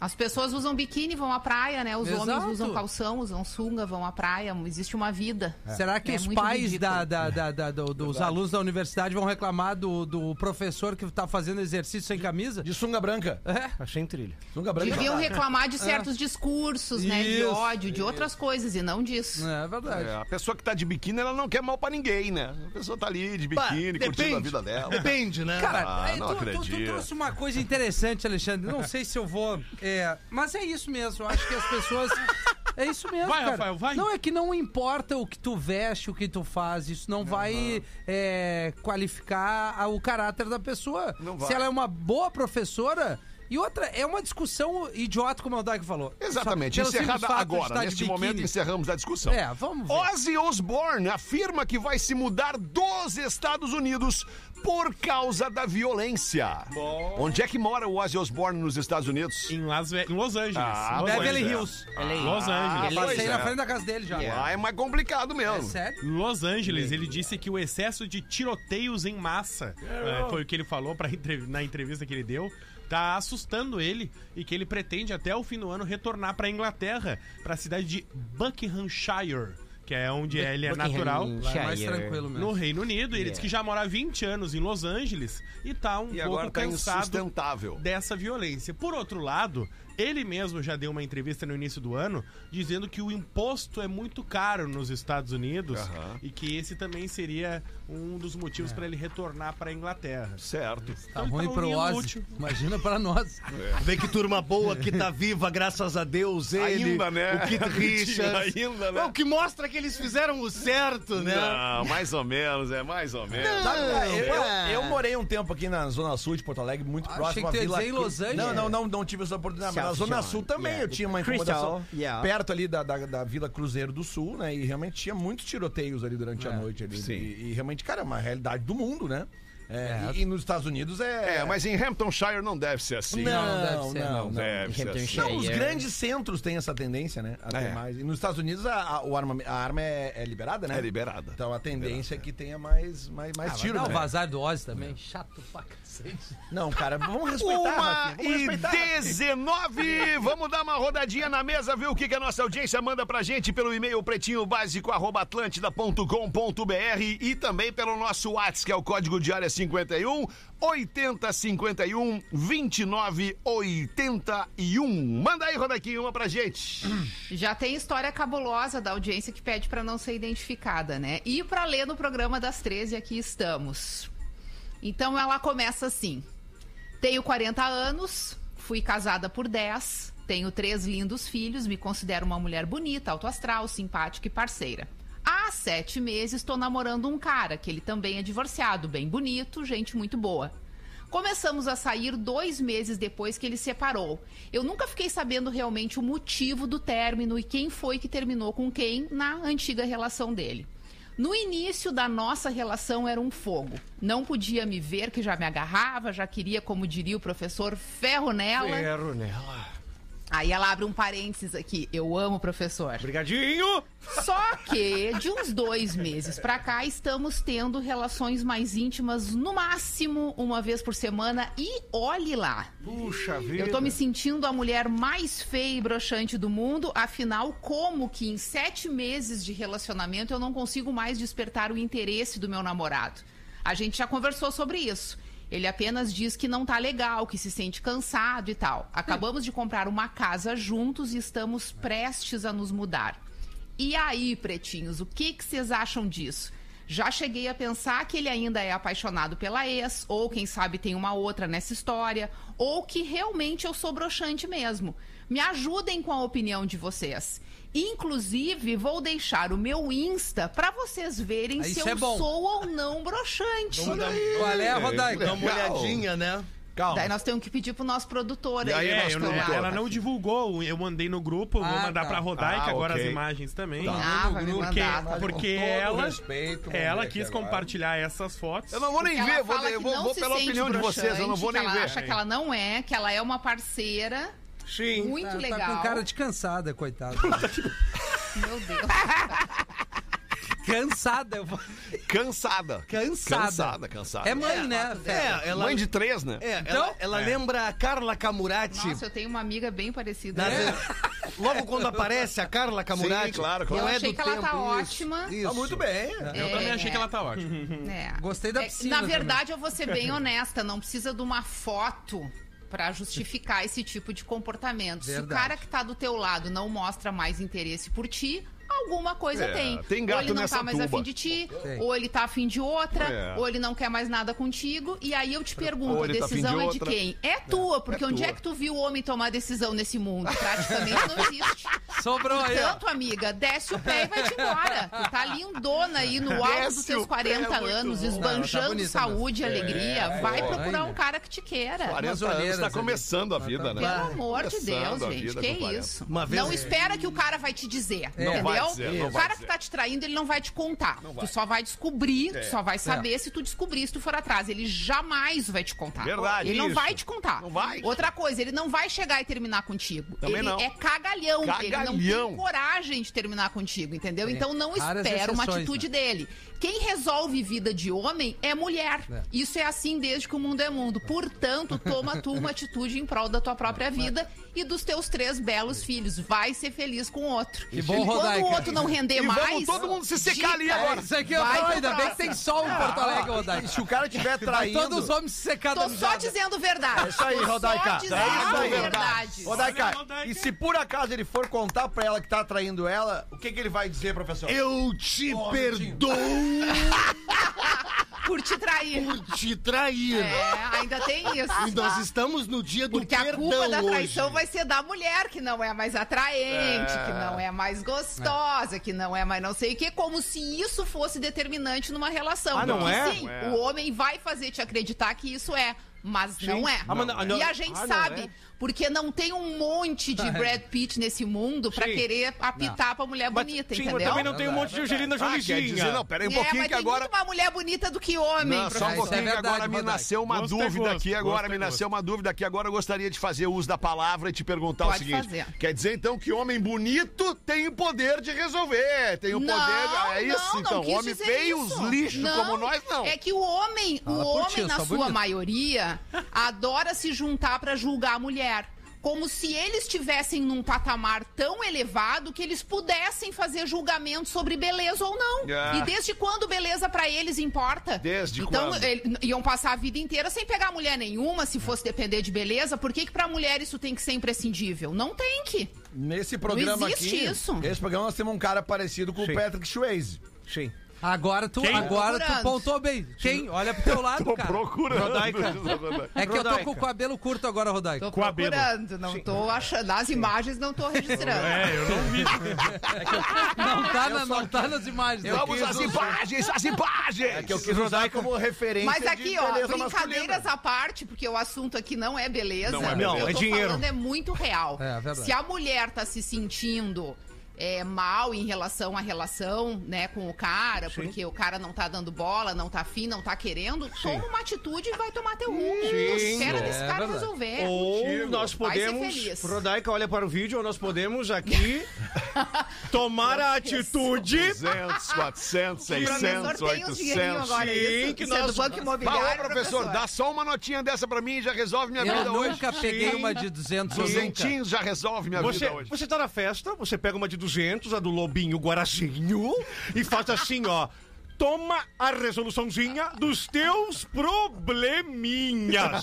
Speaker 3: As pessoas usam biquíni, vão à praia, né? Os homens
Speaker 5: Exato.
Speaker 3: usam calção, usam sunga, vão à praia. Existe uma vida.
Speaker 5: Será que
Speaker 3: É
Speaker 5: os
Speaker 3: muito
Speaker 5: pais
Speaker 3: ridículo. É.
Speaker 5: da, da- da- da- do- dos alunos da universidade vão reclamar do, do professor que tá fazendo exercício sem camisa?
Speaker 4: De sunga branca.
Speaker 1: Achei em trilha.
Speaker 4: Sunga branca.
Speaker 3: Deviam reclamar de certos discursos, né? De
Speaker 5: É. Isso,
Speaker 3: ódio, de outras coisas, e não disso.
Speaker 5: É verdade.
Speaker 2: É, a pessoa que tá de biquíni, ela não quer mal pra ninguém, né? A pessoa tá ali de biquíni, curtindo a vida dela.
Speaker 1: Depende, né?
Speaker 5: Cara,
Speaker 2: Ah,
Speaker 5: aí
Speaker 2: não
Speaker 5: tu, tu- tu
Speaker 2: acredito.
Speaker 5: trouxe uma coisa interessante, Alexandre. Não sei se eu vou. é, mas é isso mesmo. Eu Acho que as pessoas. É isso mesmo.
Speaker 7: Vai,
Speaker 5: cara.
Speaker 7: Rafael, vai.
Speaker 5: Não, é que não importa o que tu veste, o que tu faz, isso não vai é, qualificar a- o caráter da pessoa.
Speaker 2: Não
Speaker 5: Se
Speaker 2: vai.
Speaker 5: ela é uma boa professora. E outra, é uma discussão idiota, como o Dag falou.
Speaker 2: Exatamente.
Speaker 5: Só pelo simples
Speaker 2: Encerrada
Speaker 5: fato de
Speaker 2: agora.
Speaker 5: estar de
Speaker 2: Neste
Speaker 5: biquíni.
Speaker 2: momento, encerramos a discussão.
Speaker 5: É, vamos ver.
Speaker 2: Ozzy Osbourne afirma que vai se mudar dos Estados Unidos por causa da violência. Onde é que mora o Ozzy Osbourne nos Estados Unidos?
Speaker 7: Em, Las Ve- em Los Angeles.
Speaker 2: Ah,
Speaker 7: Los
Speaker 5: Beverly
Speaker 7: Angeles.
Speaker 5: Hills.
Speaker 7: Los Angeles.
Speaker 5: Ele
Speaker 2: pois
Speaker 5: passei
Speaker 2: é.
Speaker 5: na frente da casa dele já.
Speaker 2: Lá é mais complicado mesmo.
Speaker 5: É sério?
Speaker 7: Los Angeles, ele
Speaker 2: né?
Speaker 7: disse que o excesso de tiroteios em massa,
Speaker 2: É,
Speaker 7: eh, foi o que ele falou pra entrev- na entrevista que ele deu, tá assustando ele e que ele pretende até o fim do ano retornar pra Inglaterra, pra cidade de Buckinghamshire, que é onde ele é natural.
Speaker 5: Lá é mais tranquilo mesmo.
Speaker 7: No Reino Unido, E ele disse que já mora há 20 anos em Los Angeles e tá um
Speaker 2: E
Speaker 7: pouco
Speaker 2: agora tá
Speaker 7: cansado
Speaker 2: insustentável.
Speaker 7: dessa violência. Por outro lado, ele mesmo já deu uma entrevista no início do ano dizendo que o imposto é muito caro nos Estados Unidos
Speaker 2: Aham.
Speaker 7: e que esse também seria um dos motivos pra ele retornar pra Inglaterra.
Speaker 2: Certo.
Speaker 5: Tá
Speaker 7: Então ele
Speaker 5: ruim
Speaker 7: tá
Speaker 5: pro
Speaker 7: unindo
Speaker 5: Ozzy.
Speaker 7: útil.
Speaker 5: Imagina pra nós.
Speaker 1: Vê que turma boa que tá viva, graças a Deus. Ele,
Speaker 2: Ainda, né?
Speaker 1: <laughs> O Kit Richards.
Speaker 2: Ainda, né?
Speaker 1: É O que mostra que eles fizeram o certo, né?
Speaker 4: <laughs>
Speaker 2: Não, mais ou menos, é mais ou menos.
Speaker 4: Sabe, eu, eu- eu morei um tempo aqui na Zona Sul de Porto Alegre, muito
Speaker 5: Achei
Speaker 4: próximo
Speaker 5: que tu
Speaker 4: à Vila
Speaker 5: ia dizer em Los
Speaker 4: Cru-
Speaker 5: Angeles.
Speaker 4: Não, não, não, não tive essa oportunidade. Mas na
Speaker 6: South
Speaker 4: Zona
Speaker 6: John,
Speaker 4: Sul também
Speaker 6: yeah.
Speaker 4: eu tinha uma
Speaker 6: Crystal,
Speaker 4: incomodação
Speaker 6: yeah.
Speaker 4: perto ali da, da, da Vila Cruzeiro do Sul, né? E realmente tinha muitos tiroteios ali durante a noite. Ali,
Speaker 2: sim.
Speaker 4: E, e realmente, cara, é uma realidade do mundo, né? É, E, e nos Estados Unidos é...
Speaker 2: É, mas em Hamptonshire não deve ser assim.
Speaker 4: Não,
Speaker 5: Não, deve
Speaker 4: não,
Speaker 5: ser,
Speaker 4: não,
Speaker 5: não.
Speaker 4: não.
Speaker 2: deve ser assim.
Speaker 6: Hamptonshire.
Speaker 4: Não, os
Speaker 6: é.
Speaker 4: grandes centros têm essa tendência, né? A ter
Speaker 2: É.
Speaker 4: mais. E nos Estados Unidos a, a- o arma, a arma é, é liberada, né?
Speaker 2: É liberada.
Speaker 4: Então a tendência é que tenha mais, mais, mais tiro,
Speaker 5: Dá o
Speaker 4: né?
Speaker 5: vazar do Ozzy também. Chato pra cacete.
Speaker 4: Não, cara, vamos respeitar.
Speaker 2: Uma
Speaker 4: Rafinha, vamos
Speaker 2: e
Speaker 4: respeitar. <laughs>
Speaker 2: 19. Vamos dar uma rodadinha na mesa, ver o que, que a nossa audiência manda pra gente pelo e-mail pretinhobásico.atlântida.com.br e também pelo nosso WhatsApp, que é o código de área 51 8051 2981. Manda aí, Rodaquinho, uma pra gente.
Speaker 3: Já tem história cabulosa da audiência que pede pra não ser identificada, né? E pra ler no programa das 13, aqui estamos. Então ela começa assim: Tenho 40 anos, fui casada por 10, tenho três lindos filhos, me considero uma mulher bonita, autoastral, simpática e parceira. Há sete meses estou namorando um cara, que ele também é divorciado, bem bonito, gente muito boa. Começamos a sair dois meses depois que ele separou. Eu nunca fiquei sabendo realmente o motivo do término e quem foi que terminou com quem na antiga relação dele. No início da nossa relação era um fogo. Não podia me ver, que já me agarrava, já queria, como diria o professor, ferro nela.
Speaker 1: Quero nela.
Speaker 3: Aí ela abre um parênteses aqui. Eu amo o professor.
Speaker 1: Brigadinho!
Speaker 3: Só que de uns dois meses pra cá estamos tendo relações mais íntimas, no máximo uma vez por semana. E olhe lá,
Speaker 1: Puxa vida.
Speaker 3: eu tô me sentindo a mulher mais feia e broxante do mundo. Afinal, como que em sete meses de relacionamento eu não consigo mais despertar o interesse do meu namorado? A gente já conversou sobre isso. Ele apenas diz que não tá legal, que se sente cansado e tal. Acabamos de comprar uma casa juntos e estamos prestes a nos mudar. E aí, pretinhos, o que que vocês acham disso? Já cheguei a pensar que ele ainda é apaixonado pela ex, ou quem sabe tem uma outra nessa história, ou que realmente eu sou broxante mesmo. Me ajudem com a opinião de vocês. Inclusive, vou deixar o meu Insta pra vocês verem
Speaker 5: Ah,
Speaker 3: se
Speaker 5: isso
Speaker 3: eu
Speaker 5: é bom.
Speaker 3: sou ou não broxante.
Speaker 5: Qual é, Rodaico?
Speaker 1: Dá uma olhadinha, né?
Speaker 4: Calma.
Speaker 3: Daí nós temos que pedir pro nosso produtor
Speaker 2: E aí,
Speaker 3: aí,
Speaker 2: nosso
Speaker 7: É,
Speaker 3: nosso
Speaker 7: eu não-
Speaker 2: produtor.
Speaker 3: colar.
Speaker 7: ela não divulgou, eu mandei no grupo, eu vou
Speaker 5: Ah,
Speaker 7: mandar
Speaker 5: tá.
Speaker 7: pra Rodaica
Speaker 2: Ah,
Speaker 7: agora
Speaker 2: ok.
Speaker 7: as imagens também.
Speaker 3: Ah, vai me
Speaker 7: Porque,
Speaker 3: mandar. tá bom.
Speaker 7: porque
Speaker 6: Com todo
Speaker 7: ela,
Speaker 6: respeito, vamos
Speaker 7: ela
Speaker 6: ver aqui
Speaker 7: quis
Speaker 6: agora.
Speaker 7: compartilhar essas fotos.
Speaker 2: Eu não vou nem
Speaker 3: Ela
Speaker 2: ver, vou,
Speaker 3: fala
Speaker 2: eu
Speaker 3: que
Speaker 2: vou,
Speaker 3: não
Speaker 2: vou
Speaker 3: se
Speaker 2: pela
Speaker 3: sente
Speaker 2: opinião de vocês, eu não vou
Speaker 3: broxante,
Speaker 2: nem
Speaker 3: que Ela
Speaker 2: ver.
Speaker 3: acha que ela não é, que ela é uma parceira.
Speaker 6: Sim.
Speaker 3: Muito
Speaker 5: Tá-
Speaker 3: legal.
Speaker 5: Tá com cara de cansada, coitada.
Speaker 3: Meu Deus.
Speaker 5: cansada. eu vou-
Speaker 2: É Cansada.
Speaker 5: Cansada.
Speaker 2: Cansada, cansada.
Speaker 5: É mãe, né? Fé?
Speaker 6: É, ela,
Speaker 2: Mãe de três, né?
Speaker 6: é,
Speaker 5: Então?
Speaker 6: ela, ela lembra a Carla Camurati.
Speaker 3: Nossa, eu tenho uma amiga bem parecida.
Speaker 6: Na- Logo quando aparece a Carla Camurati.
Speaker 2: Sim, claro, claro.
Speaker 6: Não
Speaker 3: Eu
Speaker 6: é
Speaker 3: achei
Speaker 6: do
Speaker 3: que ela
Speaker 6: tempo,
Speaker 3: tá
Speaker 6: isso,
Speaker 3: ótima.
Speaker 6: Isso.
Speaker 4: Tá muito bem.
Speaker 7: Eu também achei que ela tá ótima.
Speaker 3: É.
Speaker 5: Gostei da
Speaker 3: É,
Speaker 5: piscina
Speaker 3: na verdade, eu vou ser bem honesta, não precisa de uma foto pra justificar esse tipo de comportamento. Se o
Speaker 5: Verdade.
Speaker 3: cara que tá do teu lado não mostra mais interesse por ti, alguma coisa
Speaker 2: É,
Speaker 3: tem.
Speaker 2: tem gato
Speaker 3: ou ele não
Speaker 2: nessa
Speaker 3: tá mais
Speaker 2: tuba.
Speaker 3: afim de ti,
Speaker 5: Tem.
Speaker 3: ou ele tá afim de outra,
Speaker 2: É.
Speaker 3: ou ele não quer mais nada contigo. E aí eu te pergunto,
Speaker 2: Ou
Speaker 3: a
Speaker 2: ele tá afim de
Speaker 3: decisão é de
Speaker 2: outra.
Speaker 3: quem? É tua, porque onde
Speaker 2: tua.
Speaker 3: é que tu viu o homem tomar decisão nesse mundo? Praticamente
Speaker 2: <laughs>
Speaker 3: não existe.
Speaker 5: Sobrou aí, ó.
Speaker 3: Portanto, amiga, desce o pé e vai-te embora. Tu tá lindona aí no alto dos
Speaker 2: Desce o
Speaker 3: seus
Speaker 2: pé, é
Speaker 3: 40
Speaker 2: muito
Speaker 3: anos,
Speaker 2: bom.
Speaker 5: Não, tá
Speaker 3: esbanjando
Speaker 5: bonita
Speaker 3: saúde e alegria. vai
Speaker 5: é,
Speaker 3: procurar
Speaker 5: ainda.
Speaker 3: um cara que te
Speaker 6: é
Speaker 3: queira.
Speaker 2: 40
Speaker 5: Umas
Speaker 2: anos,
Speaker 5: olheiras
Speaker 2: tá
Speaker 5: ali.
Speaker 2: começando a
Speaker 6: tá
Speaker 2: vida, né?
Speaker 3: Pelo amor de
Speaker 2: Começando
Speaker 3: Deus,
Speaker 2: a
Speaker 3: gente.
Speaker 2: vida
Speaker 3: Que
Speaker 2: com 40.
Speaker 3: isso?
Speaker 6: Uma vez-
Speaker 3: não espera que o cara vai te dizer, entendeu?
Speaker 2: vai dizer, é- não
Speaker 3: o
Speaker 2: vai
Speaker 3: cara
Speaker 2: dizer.
Speaker 3: que tá te traindo, ele não vai te contar.
Speaker 2: vai. É.
Speaker 3: Tu só vai descobrir, tu só vai saber se tu descobrir, se tu for atrás. Ele jamais vai te contar.
Speaker 2: Verdade,
Speaker 3: Ele não
Speaker 2: isso.
Speaker 3: vai te contar.
Speaker 2: Não vai.
Speaker 3: Outra coisa, ele não vai chegar e terminar contigo.
Speaker 2: Também
Speaker 3: ele
Speaker 2: não.
Speaker 3: é cagalhão. Ele não
Speaker 2: Cagalhão. É.
Speaker 3: tem coragem de terminar contigo, entendeu? Então não
Speaker 5: Raras
Speaker 3: espera uma
Speaker 5: exceções,
Speaker 2: né?
Speaker 3: atitude dele. Quem resolve vida de homem é mulher. Isso é assim desde que o mundo é mundo. Portanto, toma tu uma atitude em prol da tua própria vida e dos teus três belos filhos. Vai ser feliz com o outro.
Speaker 5: Que bom,
Speaker 3: e quando
Speaker 5: Rodaica.
Speaker 3: o outro não render
Speaker 2: E
Speaker 3: mais.
Speaker 2: vamos todo mundo se secar ali
Speaker 3: dica,
Speaker 2: agora.
Speaker 5: É, Isso aqui eu
Speaker 3: Vai
Speaker 5: tô,
Speaker 3: pro
Speaker 5: ainda bem que
Speaker 3: próximo.
Speaker 5: tem sol em Porto Alegre, Rodaica.
Speaker 4: E se o cara tiver
Speaker 5: Vai
Speaker 4: traindo...
Speaker 5: todos os homens secados
Speaker 3: Tô só dizendo verdade.
Speaker 4: É isso aí,
Speaker 3: Tô
Speaker 4: Rodaica.
Speaker 3: Só dizendo
Speaker 4: É isso aí.
Speaker 3: verdade.
Speaker 4: Rodaica,
Speaker 7: Olha, Rodaica.
Speaker 4: e se por acaso ele for contar pra ela que tá traindo ela, o que que ele vai dizer, professor?
Speaker 6: Eu te
Speaker 4: Ó,
Speaker 6: perdoo
Speaker 3: Por te trair.
Speaker 6: por te trair.
Speaker 3: É, ainda tem isso. tá?
Speaker 6: E nós estamos no dia do
Speaker 3: Porque a
Speaker 6: perdão
Speaker 3: culpa da traição
Speaker 6: hoje.
Speaker 3: vai ser da mulher, que não é mais atraente, que não é mais gostosa, que não é mais não sei o quê, como se isso fosse determinante numa relação.
Speaker 1: Ah, não
Speaker 3: Porque,
Speaker 1: é?
Speaker 3: Sim,
Speaker 1: Não
Speaker 3: o homem vai fazer te acreditar que isso é. Mas não é.
Speaker 1: Ah, mas não-
Speaker 3: E a
Speaker 1: não-
Speaker 3: gente
Speaker 1: ah, não
Speaker 3: sabe,
Speaker 1: é?
Speaker 3: porque não tem um monte de Brad Pitt nesse mundo pra
Speaker 1: Sim.
Speaker 3: querer apitar pra mulher bonita, então.
Speaker 1: Sim, mas
Speaker 3: entendeu?
Speaker 1: também não tem um monte de Angelina
Speaker 2: Ah, quer dizer,
Speaker 1: Jolizinha.
Speaker 2: não, pera aí um
Speaker 3: É,
Speaker 2: pouquinho
Speaker 3: mas
Speaker 2: que
Speaker 3: tem
Speaker 2: agora...
Speaker 3: muito uma mulher bonita do que homem.
Speaker 2: Não, só um
Speaker 5: Isso é
Speaker 2: pouquinho que
Speaker 5: verdade,
Speaker 2: agora me
Speaker 5: Rodaica.
Speaker 2: nasceu uma
Speaker 7: Gosto é
Speaker 2: dúvida
Speaker 7: gosto,
Speaker 2: aqui, agora
Speaker 7: gosto
Speaker 2: me
Speaker 7: é
Speaker 2: nasceu uma dúvida aqui, agora eu gostaria de fazer o uso da palavra e te perguntar o
Speaker 3: Pode
Speaker 2: seguinte.
Speaker 3: fazer.
Speaker 2: Quer dizer então que homem bonito tem o poder de resolver, tem o poder, é isso então,
Speaker 3: quis
Speaker 2: homem
Speaker 3: dizer
Speaker 2: feio,
Speaker 3: isso.
Speaker 2: os lixos
Speaker 3: Não,
Speaker 2: como nós não.
Speaker 3: É que o homem, o
Speaker 5: Fala por ti,
Speaker 3: homem
Speaker 5: eu
Speaker 3: na
Speaker 5: sou
Speaker 3: sua
Speaker 5: bonito.
Speaker 3: maioria adora se juntar pra julgar a mulher. Como se eles estivessem num patamar tão elevado que eles pudessem fazer julgamento sobre beleza ou não.
Speaker 2: Ah.
Speaker 3: E desde quando beleza pra eles importa?
Speaker 2: Desde
Speaker 3: então,
Speaker 2: quando?
Speaker 3: ele- n- iam passar a vida inteira sem pegar mulher nenhuma, se fosse depender de beleza. Por que, que pra mulher isso tem que ser imprescindível? Não tem que.
Speaker 4: Nesse programa
Speaker 3: existe
Speaker 4: aqui,
Speaker 3: isso.
Speaker 4: esse programa nós temos um cara parecido com o Patrick Swayze.
Speaker 1: Sim.
Speaker 5: Agora tu,
Speaker 7: Quem?
Speaker 5: agora tu
Speaker 3: Procurando.
Speaker 5: pontou bem. Quem? Olha pro teu lado,
Speaker 2: Tô
Speaker 5: cara.
Speaker 2: procurando.
Speaker 5: É que eu tô
Speaker 1: Rodaica.
Speaker 5: com o cabelo curto agora, Rodaica.
Speaker 3: Tô
Speaker 7: Com a Belo.
Speaker 3: procurando, não tô achando. As imagens não tô registrando.
Speaker 7: É, eu não vi.
Speaker 5: Não tá, na, não tá nas imagens.
Speaker 2: <laughs>
Speaker 5: aqui.
Speaker 2: Vamos às imagens,
Speaker 7: É
Speaker 2: às imagens.
Speaker 4: é, Que eu quis usar como referência
Speaker 3: Mas
Speaker 4: de
Speaker 3: aqui, ó,
Speaker 4: beleza
Speaker 3: brincadeiras
Speaker 4: masculina.
Speaker 3: à parte, porque o assunto aqui não é beleza.
Speaker 2: Não é
Speaker 3: O que
Speaker 1: beleza.
Speaker 3: eu
Speaker 1: É
Speaker 3: tô
Speaker 1: dinheiro.
Speaker 3: falando é muito real.
Speaker 5: É, é verdade.
Speaker 3: Se a mulher tá se sentindo é, mal em relação à relação, né, com o cara, porque o cara não tá dando bola, não tá afim, não tá querendo, toma uma atitude e vai tomar teu rumo. Espera
Speaker 5: É
Speaker 3: desse cara
Speaker 5: verdade.
Speaker 3: resolver.
Speaker 1: Ou nós
Speaker 3: É um Vai ser
Speaker 1: podemos,
Speaker 3: feliz.
Speaker 1: Rodaica, olha para o vídeo, ou nós
Speaker 3: <laughs>
Speaker 1: podemos aqui tomar a atitude
Speaker 2: 200, 400,
Speaker 3: O
Speaker 2: 600,
Speaker 3: professor tem uns dinheirinhos
Speaker 2: 800.
Speaker 3: agora,
Speaker 1: Sim,
Speaker 3: isso,
Speaker 1: que
Speaker 3: isso é do
Speaker 1: nós-
Speaker 3: Banco
Speaker 2: Fala,
Speaker 3: Imobiliário,
Speaker 2: professor, dá só uma notinha dessa pra mim e já resolve minha vida
Speaker 5: Eu
Speaker 2: hoje.
Speaker 5: nunca peguei uma de 200 nunca.
Speaker 2: Duzentinhos já resolve minha
Speaker 1: Você,
Speaker 2: vida hoje.
Speaker 1: você tá na festa, você pega uma de 200, a do Lobinho Guarazinho, e faz assim, ó. Toma a resoluçãozinha dos teus probleminhas.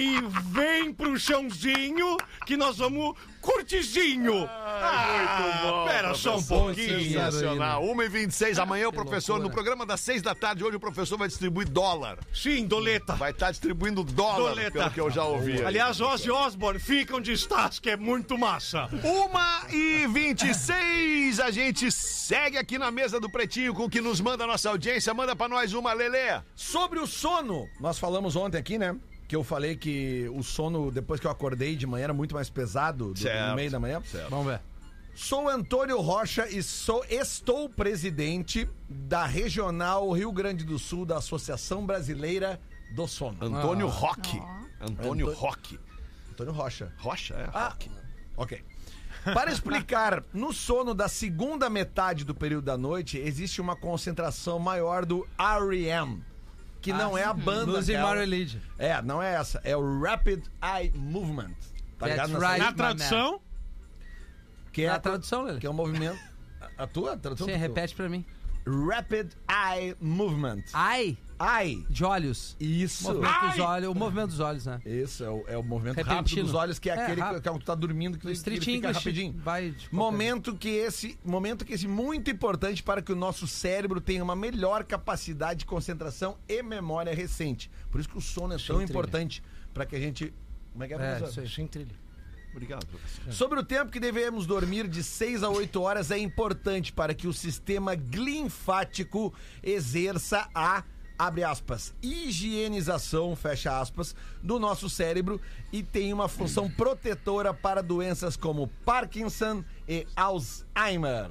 Speaker 1: E vem pro chãozinho que nós vamos curtizinho. Ah,
Speaker 2: muito bom,
Speaker 1: Pera só um
Speaker 2: professor.
Speaker 1: pouquinho.
Speaker 2: Sensacional. 1h26, amanhã o professor, no
Speaker 5: loucura.
Speaker 2: programa das 6 da tarde, hoje o professor vai distribuir dólar.
Speaker 1: Sim, Doleta.
Speaker 2: Vai estar distribuindo dólar,
Speaker 1: Doleta.
Speaker 2: pelo que eu já ouvi. aí.
Speaker 1: Aliás, Ozzy Osbourne, fica onde estás, que é muito massa.
Speaker 2: Uma e 26, a gente segue aqui na mesa do Pretinho com o que nos manda a nossa audiência. Manda pra nós uma, Lelê.
Speaker 4: Sobre o sono, nós falamos ontem aqui, né? que eu falei que o sono, depois que eu acordei de manhã, era muito mais pesado do,
Speaker 2: Certo.
Speaker 4: no meio da manhã.
Speaker 5: Vamos ver.
Speaker 4: Sou Antônio Rocha e sou, estou presidente da Regional Rio Grande do Sul da Associação Brasileira do Sono.
Speaker 2: Antônio Roque. Antônio
Speaker 4: Antônio-
Speaker 2: Roque.
Speaker 4: Antônio Rocha.
Speaker 2: Rocha, é?
Speaker 4: Ah, ok. Para
Speaker 5: <laughs>
Speaker 4: explicar, no sono da segunda metade do período da noite, existe uma concentração maior do R.E.M., que não é a banda.
Speaker 5: Ah, Luz e
Speaker 4: aquela-
Speaker 5: Mario Lead.
Speaker 4: É, não é essa. É o Rapid Eye Movement. Tá
Speaker 5: That's
Speaker 4: ligado? Nessa-
Speaker 5: right.
Speaker 7: Na tradução,
Speaker 4: Que é
Speaker 5: A tradução, Lelê.
Speaker 4: Que é o movimento. A- A tua? A tradução?
Speaker 5: Você
Speaker 4: do teu?
Speaker 5: repete pra mim.
Speaker 4: Rapid Eye Movement.
Speaker 5: Ai,
Speaker 4: Eye.
Speaker 5: de olhos.
Speaker 4: Isso.
Speaker 5: Movimento dos olhos, o movimento dos olhos, né?
Speaker 4: Isso, é o, é o movimento rápido
Speaker 5: Repentino.
Speaker 4: dos olhos, que é,
Speaker 5: É,
Speaker 4: aquele que,
Speaker 5: rápido.
Speaker 4: que é o que tu tá dormindo, que,
Speaker 5: No
Speaker 4: ele- que ele
Speaker 5: Street
Speaker 4: fica
Speaker 5: English.
Speaker 4: rapidinho.
Speaker 5: Vai de qualquer-
Speaker 4: Momento que esse, momento que esse muito importante para que o nosso cérebro tenha uma melhor capacidade de concentração e memória recente. Por isso que o sono é tão
Speaker 5: trilha.
Speaker 4: importante para que a gente como é que é,
Speaker 5: É,
Speaker 4: professor?
Speaker 5: isso aí.
Speaker 6: Sem trilha.
Speaker 2: Obrigado, professor.
Speaker 4: Sobre o tempo que devemos dormir de 6 a 8 horas é importante para que o sistema linfático exerça a abre aspas, higienização, fecha aspas, do nosso cérebro e tem uma função protetora para doenças como Parkinson e Alzheimer.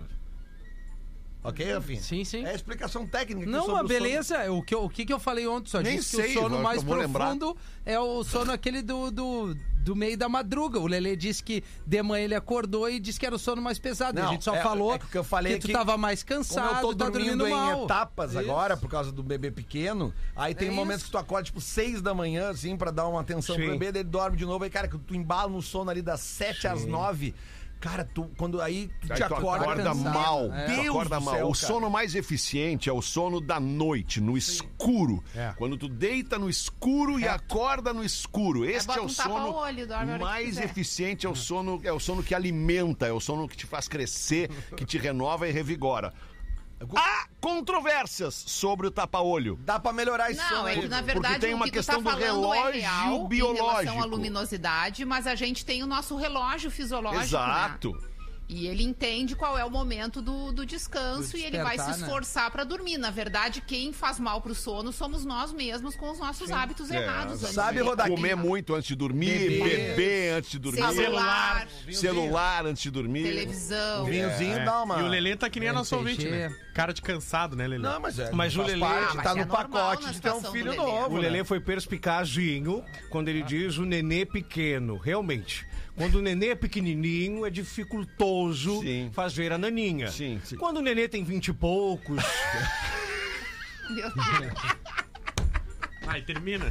Speaker 4: Ok, Rafinha?
Speaker 5: Sim, sim.
Speaker 4: É a explicação técnica. aqui
Speaker 5: Não,
Speaker 4: sobre
Speaker 5: a
Speaker 4: o sono.
Speaker 5: beleza, o que, eu- o que que eu falei ontem, só
Speaker 2: Nem
Speaker 5: disse
Speaker 2: sei,
Speaker 5: que o sono
Speaker 2: agora
Speaker 5: mais
Speaker 2: que eu vou lembrar.
Speaker 5: profundo é o sono aquele do, do, do meio da madruga. O Lelê disse que de manhã ele acordou e disse que era o sono mais pesado. a
Speaker 4: Não,
Speaker 5: gente só
Speaker 4: é-
Speaker 5: falou
Speaker 4: é que o que eu falei é
Speaker 5: tu
Speaker 4: que
Speaker 5: tava mais
Speaker 4: Como
Speaker 5: cansado,
Speaker 4: eu tô
Speaker 5: tá
Speaker 4: dormindo, em
Speaker 5: mal.
Speaker 4: etapas
Speaker 5: Isso.
Speaker 4: agora, por causa do bebê pequeno, aí tem
Speaker 5: É
Speaker 4: momentos que
Speaker 5: isso.
Speaker 4: tu acorda, tipo, seis da manhã, assim, pra dar uma atenção pro
Speaker 1: Sim.
Speaker 4: bebê, daí ele dorme de novo, aí, cara, que tu embala no sono ali das sete às nove, cara, tu, quando aí tu
Speaker 2: Aí
Speaker 4: te
Speaker 2: tu
Speaker 4: acorda...
Speaker 2: acorda
Speaker 5: cansado.
Speaker 2: mal.
Speaker 5: É.
Speaker 2: Tu
Speaker 4: Deus
Speaker 2: acorda
Speaker 4: do
Speaker 2: mal.
Speaker 4: céu,
Speaker 2: o
Speaker 4: cara.
Speaker 2: sono mais eficiente é o sono da noite, no escuro.
Speaker 7: É.
Speaker 2: Quando tu deita no escuro e acorda no escuro. Este é,
Speaker 3: bota
Speaker 2: o
Speaker 3: um
Speaker 2: sono
Speaker 3: tapa-olho, dorme a hora que
Speaker 2: mais
Speaker 3: quiser.
Speaker 2: eficiente, é o sono, é o sono que alimenta, é o sono que te faz crescer, que te renova e revigora. Há controvérsias sobre o tapa-olho.
Speaker 4: Dá pra melhorar esse sono
Speaker 3: Não, é
Speaker 4: aí.
Speaker 3: que na
Speaker 2: Porque
Speaker 3: verdade
Speaker 2: tem
Speaker 3: o
Speaker 2: uma
Speaker 3: que
Speaker 2: questão
Speaker 3: tu tá
Speaker 2: do
Speaker 3: falando é
Speaker 2: relógio
Speaker 3: real em relação
Speaker 2: biológico.
Speaker 3: à luminosidade, mas a gente tem o nosso relógio fisiológico, né?
Speaker 2: Exato.
Speaker 3: E ele entende qual é o momento do, do descanso
Speaker 5: Do
Speaker 3: e ele vai se
Speaker 5: despertar, né?
Speaker 3: esforçar pra dormir. Na verdade, quem faz mal pro sono somos nós mesmos com os nossos hábitos errados. antes
Speaker 4: Sabe,
Speaker 3: de
Speaker 4: Rodaqui?
Speaker 2: É, Comer muito antes de dormir, beber, antes de dormir,
Speaker 3: Celular,
Speaker 2: celular antes de dormir.
Speaker 3: televisão.
Speaker 4: Vinhozinho dá uma...
Speaker 7: e o Lelê tá que nem a nossa ouvinte,
Speaker 5: RPG.
Speaker 7: né? Cara de cansado, né, Lelê?
Speaker 4: Não, mas é,
Speaker 1: Mas o
Speaker 4: faz
Speaker 1: Lelê-
Speaker 4: parte,
Speaker 3: Ah,
Speaker 4: tá
Speaker 3: mas é
Speaker 4: no
Speaker 3: normal
Speaker 4: pacote
Speaker 3: na
Speaker 4: de ter um
Speaker 3: situação do
Speaker 4: filho
Speaker 3: Lelê. <laughs>
Speaker 4: novo,
Speaker 1: O
Speaker 4: né?
Speaker 1: Lelê foi perspicazinho quando ele diz o nenê pequeno. Realmente, quando o nenê é pequenininho, é dificultoso
Speaker 2: Sim.
Speaker 1: fazer a naninha.
Speaker 2: Sim, sim.
Speaker 1: Quando o nenê tem vinte e
Speaker 2: <laughs>
Speaker 1: poucos,
Speaker 3: Meu-
Speaker 7: Ai, termina.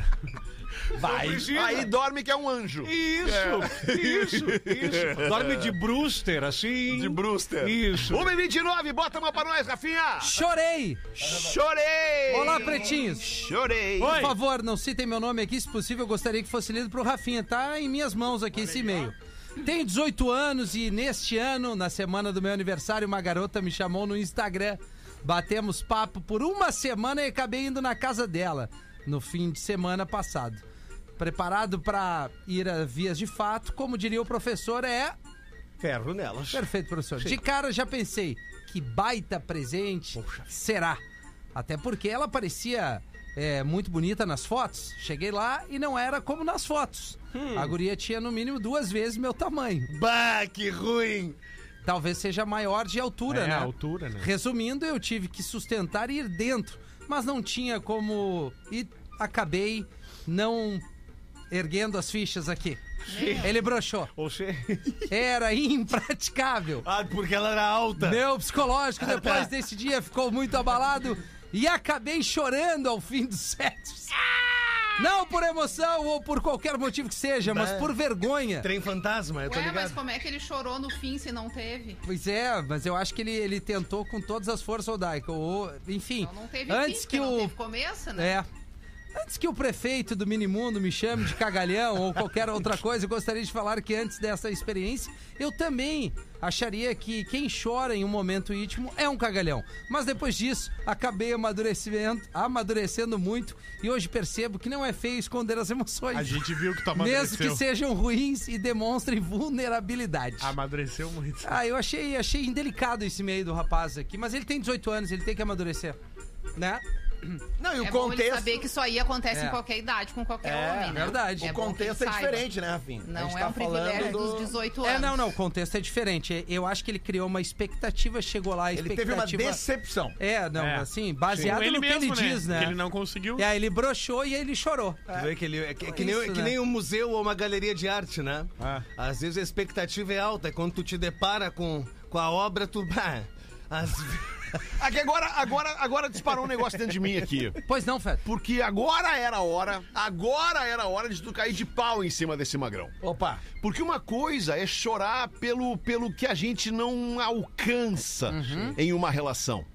Speaker 1: vai.
Speaker 2: Aí dorme que é um anjo.
Speaker 1: Isso, isso, isso. Dorme de Brewster, assim.
Speaker 2: De Brewster.
Speaker 1: Isso.
Speaker 2: 1h29, bota uma pra nós, Rafinha.
Speaker 5: Chorei!
Speaker 2: Chorei.
Speaker 5: Olá, pretinhos!
Speaker 2: Chorei.
Speaker 5: Por favor, não citem meu nome aqui, se possível, eu gostaria que fosse lido pro Rafinha. Tá em minhas mãos aqui esse e-mail. Tenho 18 anos e neste ano, na semana do meu aniversário, uma garota me chamou no Instagram. Batemos papo por uma semana e acabei indo na casa dela no fim de semana passado. Preparado pra ir a vias de fato, como diria o professor, é
Speaker 1: Ferro nelas.
Speaker 5: Perfeito, professor. De cara já pensei, que baita presente será. Até porque ela parecia é, muito bonita nas fotos. Cheguei lá e não era como nas fotos.
Speaker 7: Hum.
Speaker 5: A guria tinha no mínimo duas vezes meu tamanho.
Speaker 2: Bah, que ruim.
Speaker 5: Talvez seja maior de altura,
Speaker 7: É,
Speaker 5: né?
Speaker 7: a altura, né?
Speaker 5: Resumindo, eu tive que sustentar e ir dentro, mas não tinha como e acabei não erguendo as fichas aqui. Ele broxou.
Speaker 1: Ou seja,
Speaker 5: Era impraticável.
Speaker 1: ah, porque ela era alta.
Speaker 5: Meu psicológico depois desse dia ficou muito abalado e acabei chorando ao fim dos sets. Não por emoção ou por qualquer motivo que seja, mas por vergonha.
Speaker 1: Trem fantasma, eu tô
Speaker 3: Ué, mas
Speaker 1: ligado.
Speaker 3: como é que ele chorou no fim se não teve?
Speaker 5: Pois é, mas eu acho que ele, ele tentou com todas as forças, Rodaica. Ou, enfim,
Speaker 3: Então não teve
Speaker 5: antes
Speaker 3: fim, porque
Speaker 5: que
Speaker 3: não
Speaker 5: o
Speaker 3: teve começo, né?
Speaker 5: É. Antes que o prefeito do Minimundo me chame de cagalhão ou qualquer outra coisa, eu gostaria de falar que antes dessa experiência, eu também acharia que quem chora em um momento íntimo é um cagalhão. Mas depois disso, acabei amadurecimento, amadurecendo muito e hoje percebo que não é feio esconder as emoções.
Speaker 7: A gente viu que tu
Speaker 5: mesmo
Speaker 7: amadureceu.
Speaker 5: que sejam ruins e demonstrem vulnerabilidade.
Speaker 7: Amadureceu muito.
Speaker 5: Ah, eu achei, achei indelicado esse meio do rapaz aqui, mas ele tem 18 anos, ele tem que amadurecer, né?
Speaker 4: Não, e o
Speaker 3: é bom ele
Speaker 4: contexto.
Speaker 3: saber que isso aí acontece
Speaker 5: É.
Speaker 3: em qualquer idade, com qualquer
Speaker 4: É,
Speaker 3: homem. né?
Speaker 5: verdade.
Speaker 4: O
Speaker 3: É bom que
Speaker 4: contexto
Speaker 3: ele
Speaker 4: é
Speaker 3: saiba.
Speaker 4: diferente, né, Rafinha? A
Speaker 3: Não
Speaker 4: gente
Speaker 3: é
Speaker 4: tá
Speaker 3: um
Speaker 4: falando
Speaker 3: privilégio
Speaker 4: do-
Speaker 3: dos 18 anos.
Speaker 5: É, não, não, o contexto é diferente. Eu acho que ele criou uma expectativa, chegou lá, a
Speaker 4: Ele
Speaker 5: expectativa...
Speaker 4: teve uma decepção.
Speaker 5: É, não,
Speaker 7: É.
Speaker 5: assim, baseado
Speaker 7: Com ele
Speaker 5: no que
Speaker 7: mesmo,
Speaker 5: ele diz, né?
Speaker 7: Que ele não conseguiu.
Speaker 5: E aí ele broxou e aí ele chorou.
Speaker 1: Tu vê que ele- é que, é que nem,
Speaker 5: Isso,
Speaker 1: é que
Speaker 5: né?
Speaker 1: nem um museu ou uma galeria de arte, né?
Speaker 7: É.
Speaker 1: Às vezes a expectativa é alta, e quando tu te depara com, com a obra, tu. <laughs> bah, às ve-
Speaker 2: Aqui agora, agora, agora disparou um negócio dentro de mim aqui.
Speaker 5: Pois não, Fed.
Speaker 2: Porque agora era a hora, agora era a hora de tu cair de pau em cima desse magrão.
Speaker 4: Opa,
Speaker 2: Porque uma coisa é chorar pelo, pelo que a gente não alcança
Speaker 5: Uhum.
Speaker 2: em uma relação.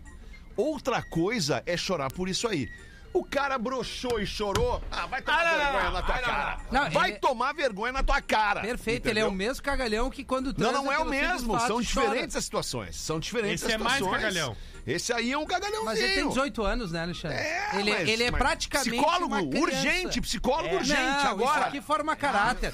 Speaker 2: Outra coisa é chorar por isso aí. O cara broxou e chorou. Ah, vai tomar vergonha na tua cara.
Speaker 5: não. Não,
Speaker 2: vai
Speaker 5: ele-
Speaker 2: tomar vergonha na tua cara.
Speaker 5: Perfeito, ele é
Speaker 2: entendeu?
Speaker 5: o mesmo cagalhão que quando
Speaker 2: Não,
Speaker 5: transa
Speaker 2: não é o
Speaker 5: pelo simples
Speaker 2: mesmo.
Speaker 5: fato,
Speaker 2: São
Speaker 5: chora.
Speaker 2: diferentes as situações. São diferentes as
Speaker 7: Esse é mais
Speaker 2: situações.
Speaker 7: cagalhão.
Speaker 2: Esse aí é um cagalhãozinho.
Speaker 5: Mas ele tem 18 anos, né, Alexandre?
Speaker 2: É,
Speaker 5: ele,
Speaker 2: mas-
Speaker 5: ele é
Speaker 2: mas
Speaker 5: praticamente.
Speaker 2: Psicólogo,
Speaker 5: uma criança. É.
Speaker 2: urgente, psicólogo urgente,
Speaker 5: Não,
Speaker 2: agora. É
Speaker 5: Isso aqui forma caráter.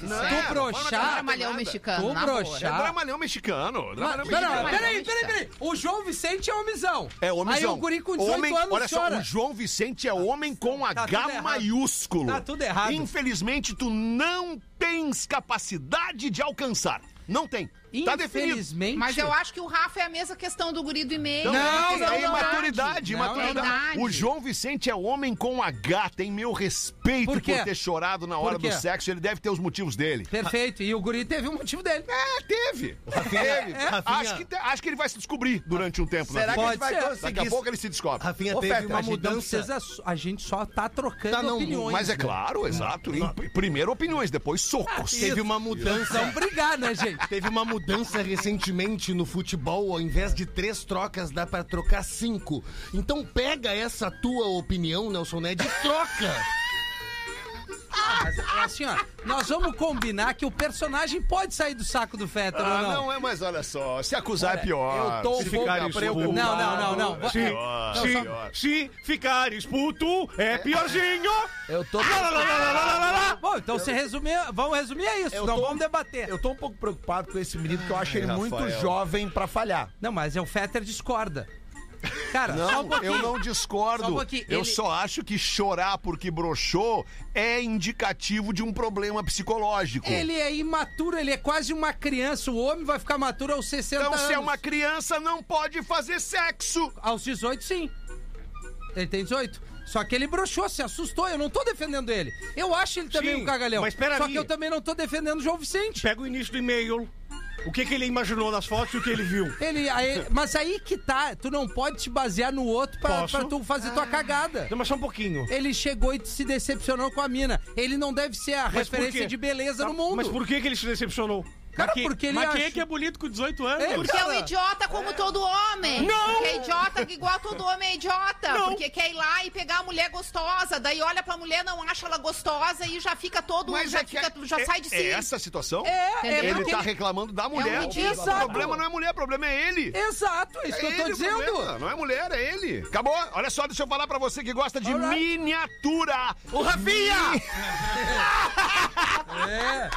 Speaker 2: não,
Speaker 5: Se tu
Speaker 2: não forma
Speaker 3: É um
Speaker 5: broxar.
Speaker 2: caráter.
Speaker 3: Dramalhão
Speaker 2: nada.
Speaker 3: mexicano,
Speaker 5: Ô,
Speaker 3: na
Speaker 5: broxa.
Speaker 3: boa.
Speaker 2: É
Speaker 5: Já.
Speaker 2: dramalhão mexicano.
Speaker 5: Tá.
Speaker 2: Dramalhão
Speaker 5: Mas, mas não,
Speaker 2: mexicano.
Speaker 5: peraí, peraí, peraí. O João Vicente é homizão.
Speaker 2: É homem
Speaker 5: Aí o guri com 18
Speaker 2: homem,
Speaker 5: anos
Speaker 2: Olha
Speaker 5: chora.
Speaker 2: só, o João Vicente é homem com
Speaker 5: tá tudo
Speaker 2: H
Speaker 5: errado.
Speaker 2: maiúsculo.
Speaker 5: Tá tudo errado.
Speaker 2: Infelizmente, tu não tens capacidade de alcançar. Não tem. Tá definido.
Speaker 5: Infelizmente.
Speaker 3: Mas eu acho que o Rafa é a mesma questão do guri do e-mail.
Speaker 2: Então,
Speaker 5: Não,
Speaker 2: é
Speaker 3: Uma questão
Speaker 5: não,
Speaker 2: é
Speaker 3: de
Speaker 5: não.
Speaker 2: imaturidade,
Speaker 5: Não, é
Speaker 2: imaturidade.
Speaker 3: não, não.
Speaker 2: O João Vicente é homem com H, tem meu respeito por,
Speaker 5: Por quê?
Speaker 2: ter chorado na hora
Speaker 5: Por quê?
Speaker 2: do sexo, ele deve ter os motivos dele.
Speaker 5: Perfeito. E o guri teve o motivo dele.
Speaker 2: É, teve. Teve. Acho, que, te- acho que ele vai se descobrir durante um tempo. na
Speaker 4: será que é
Speaker 2: vida.
Speaker 4: a
Speaker 5: Pode
Speaker 4: gente vai
Speaker 5: ser.
Speaker 4: conseguir?
Speaker 2: Daqui a pouco ele se descobre.
Speaker 1: Rafinha
Speaker 4: Ô,
Speaker 1: teve
Speaker 4: Feta,
Speaker 1: uma
Speaker 5: a gente não
Speaker 1: mudança.
Speaker 5: precisa. A gente só tá trocando
Speaker 1: Tá, não,
Speaker 5: opiniões.
Speaker 2: Mas é
Speaker 5: né?
Speaker 2: claro, exato. Em- Primeiro opiniões, depois socos.
Speaker 1: Teve uma mudança.
Speaker 5: Não brigar, né, gente?
Speaker 1: Teve uma mudança recentemente no futebol, ao invés de três trocas, dá pra trocar cinco. Então pega essa tua opinião, Nelson Ned, e troca!
Speaker 5: Mas é assim, ó. Nós vamos combinar que o personagem pode sair do saco do Fetter
Speaker 2: Ah,
Speaker 5: ou não.
Speaker 2: não é, mas olha só, se acusar é pior.
Speaker 4: Eu tô
Speaker 2: Se
Speaker 4: um pouco
Speaker 1: ficarem
Speaker 4: preocupado.
Speaker 5: Não, não, não, não.
Speaker 2: É pior, é pior.
Speaker 1: se ficares puto, é piorzinho!
Speaker 4: Eu tô.
Speaker 5: Bom, então se resumir, vamos resumir é isso,
Speaker 4: Eu
Speaker 5: não
Speaker 4: tô-
Speaker 5: vamos debater.
Speaker 4: Eu tô um pouco preocupado com esse menino, que eu acho ele muito
Speaker 2: Rafael.
Speaker 4: jovem pra falhar.
Speaker 5: Não, mas é o Fetter discorda. Cara, só um
Speaker 2: Não,
Speaker 5: pouquinho.
Speaker 2: eu não
Speaker 5: Só um
Speaker 2: discordo.
Speaker 5: pouquinho,
Speaker 2: Eu
Speaker 5: ele-
Speaker 2: só acho que chorar porque broxou é indicativo de um problema psicológico.
Speaker 5: Ele é imaturo, ele é quase uma criança. O homem vai ficar maturo aos 60
Speaker 2: Então,
Speaker 5: anos.
Speaker 2: se é uma criança, não pode fazer sexo.
Speaker 5: Aos 18, sim. Ele tem 18. Só que ele broxou, se assustou. Eu não tô defendendo ele. Eu acho ele também
Speaker 1: Sim,
Speaker 5: um cagalhão.
Speaker 1: mas pera
Speaker 5: Só
Speaker 1: aí.
Speaker 5: que eu também não tô defendendo o João Vicente.
Speaker 1: Pega o início do e-mail. O que, que ele imaginou nas fotos e o que ele viu?
Speaker 5: Ele, aí- mas aí que tá, tu não pode te basear no outro pra,
Speaker 1: Posso?
Speaker 5: pra tu fazer
Speaker 2: Ah.
Speaker 5: tua cagada.
Speaker 1: Não, mas só um pouquinho.
Speaker 5: Ele chegou e se decepcionou com a mina. Ele não deve ser a
Speaker 1: Mas por
Speaker 5: referência
Speaker 1: quê?
Speaker 5: de beleza
Speaker 1: Tá,
Speaker 5: no mundo.
Speaker 1: Mas por que, que ele se decepcionou?
Speaker 5: Cara,
Speaker 7: Mas que-
Speaker 5: porque ele
Speaker 7: Mas quem
Speaker 5: acha-
Speaker 7: é que é bonito com 18 anos?
Speaker 5: É,
Speaker 3: Porque é um idiota como todo homem.
Speaker 1: Não!
Speaker 3: Porque é idiota que igual todo homem é idiota.
Speaker 1: Não.
Speaker 3: Porque quer ir lá e pegar a mulher gostosa. Daí olha pra mulher, não acha ela gostosa e já fica todo... já
Speaker 2: é que
Speaker 3: fica- já
Speaker 2: é-
Speaker 3: sai de si.
Speaker 2: É essa a situação?
Speaker 5: É, é
Speaker 3: Entendeu?
Speaker 2: Ele
Speaker 5: porque É
Speaker 2: tá reclamando da mulher.
Speaker 3: idiota.
Speaker 2: o problema não é a mulher, o problema é ele.
Speaker 5: Exato, é isso que eu tô
Speaker 2: ele o
Speaker 5: dizendo.
Speaker 2: problema, Não é mulher, é ele. Acabou. Olha só, deixa eu falar pra você que gosta de
Speaker 5: Alright.
Speaker 2: miniatura.
Speaker 4: O Rafinha!
Speaker 5: É.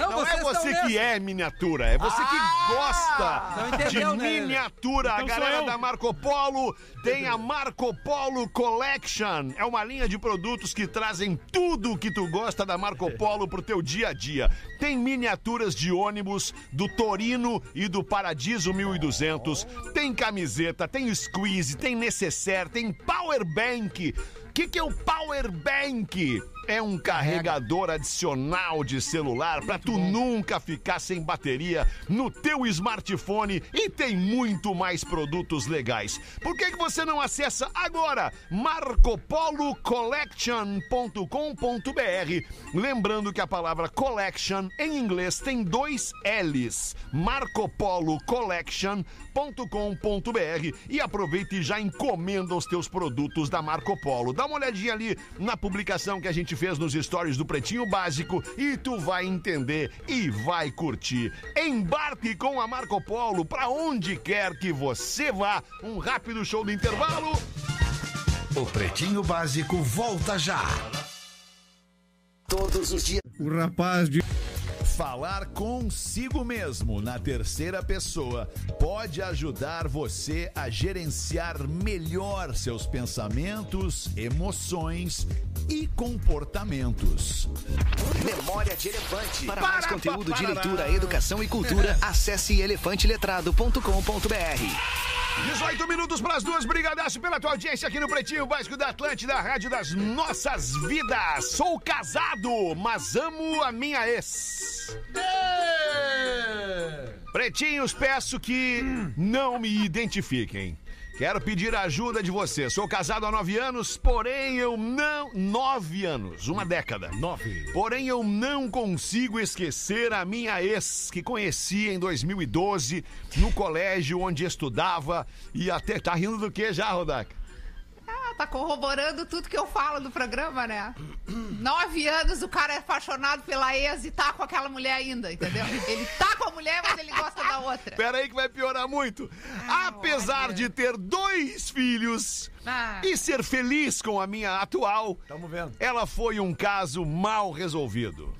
Speaker 2: Não é
Speaker 5: vocês estão
Speaker 2: você
Speaker 5: nessa.
Speaker 2: que é miniatura, é você que
Speaker 5: Não
Speaker 2: gosta
Speaker 5: entendeu,
Speaker 2: de
Speaker 5: né, Lelê?
Speaker 2: miniatura.
Speaker 7: Então
Speaker 2: a
Speaker 7: sou
Speaker 2: galera
Speaker 7: eu.
Speaker 2: da Marco Polo tem a Marco Polo Collection. É uma linha de produtos que trazem tudo o que tu gosta da Marco Polo pro teu dia a dia. Tem miniaturas de ônibus do Torino e do Paradiso 1200. Tem camiseta, tem squeeze, tem necessaire, tem power bank. O que, que é o power bank? É um carregador adicional de celular para tu nunca ficar sem bateria no teu smartphone e tem muito mais produtos legais. Por que, que você não acessa agora marcopolocollection.com.br? Lembrando que a palavra collection em inglês tem dois L's. marcopolocollection.com.br e aproveita e já encomenda os teus produtos da Marco Polo. Dá uma olhadinha ali na publicação que a gente fez nos stories do Pretinho Básico e tu vai entender e vai curtir. Embarque com a Marco Polo para onde quer que você vá. Um rápido show do intervalo.
Speaker 8: O Pretinho Básico volta já. Todos os dias.
Speaker 9: O rapaz de Falar consigo mesmo na terceira pessoa pode ajudar você a gerenciar melhor seus pensamentos, emoções e comportamentos.
Speaker 10: Memória de Elefante. Para, mais conteúdo de leitura, educação e <laughs> cultura, acesse elefanteletrado.com.br.
Speaker 2: 18 minutos para as duas. Brigadaço pela tua audiência aqui no Pretinho Básico da Atlântida, a Rádio das Nossas Vidas. Sou casado, mas amo a minha ex. Pretinhos, peço que não me identifiquem. Quero pedir a ajuda de você. Sou casado há nove anos, porém eu não. Nove anos, uma década. Nove. Porém eu não consigo esquecer a minha ex, que conheci em 2012, no colégio onde estudava e até. Tá rindo do que já, Rodaca?
Speaker 3: Ah, tá corroborando tudo que eu falo do programa, né? <clears throat> Nove anos, o cara é apaixonado pela ex e tá com aquela mulher ainda, entendeu? Ele tá com a mulher, mas ele gosta da outra.
Speaker 2: Pera aí que vai piorar muito. Apesar
Speaker 3: Ah, olha.
Speaker 2: de ter dois filhos
Speaker 3: Ah.
Speaker 2: e ser feliz com a minha atual,
Speaker 4: Tamo vendo.
Speaker 2: ela foi um caso mal resolvido.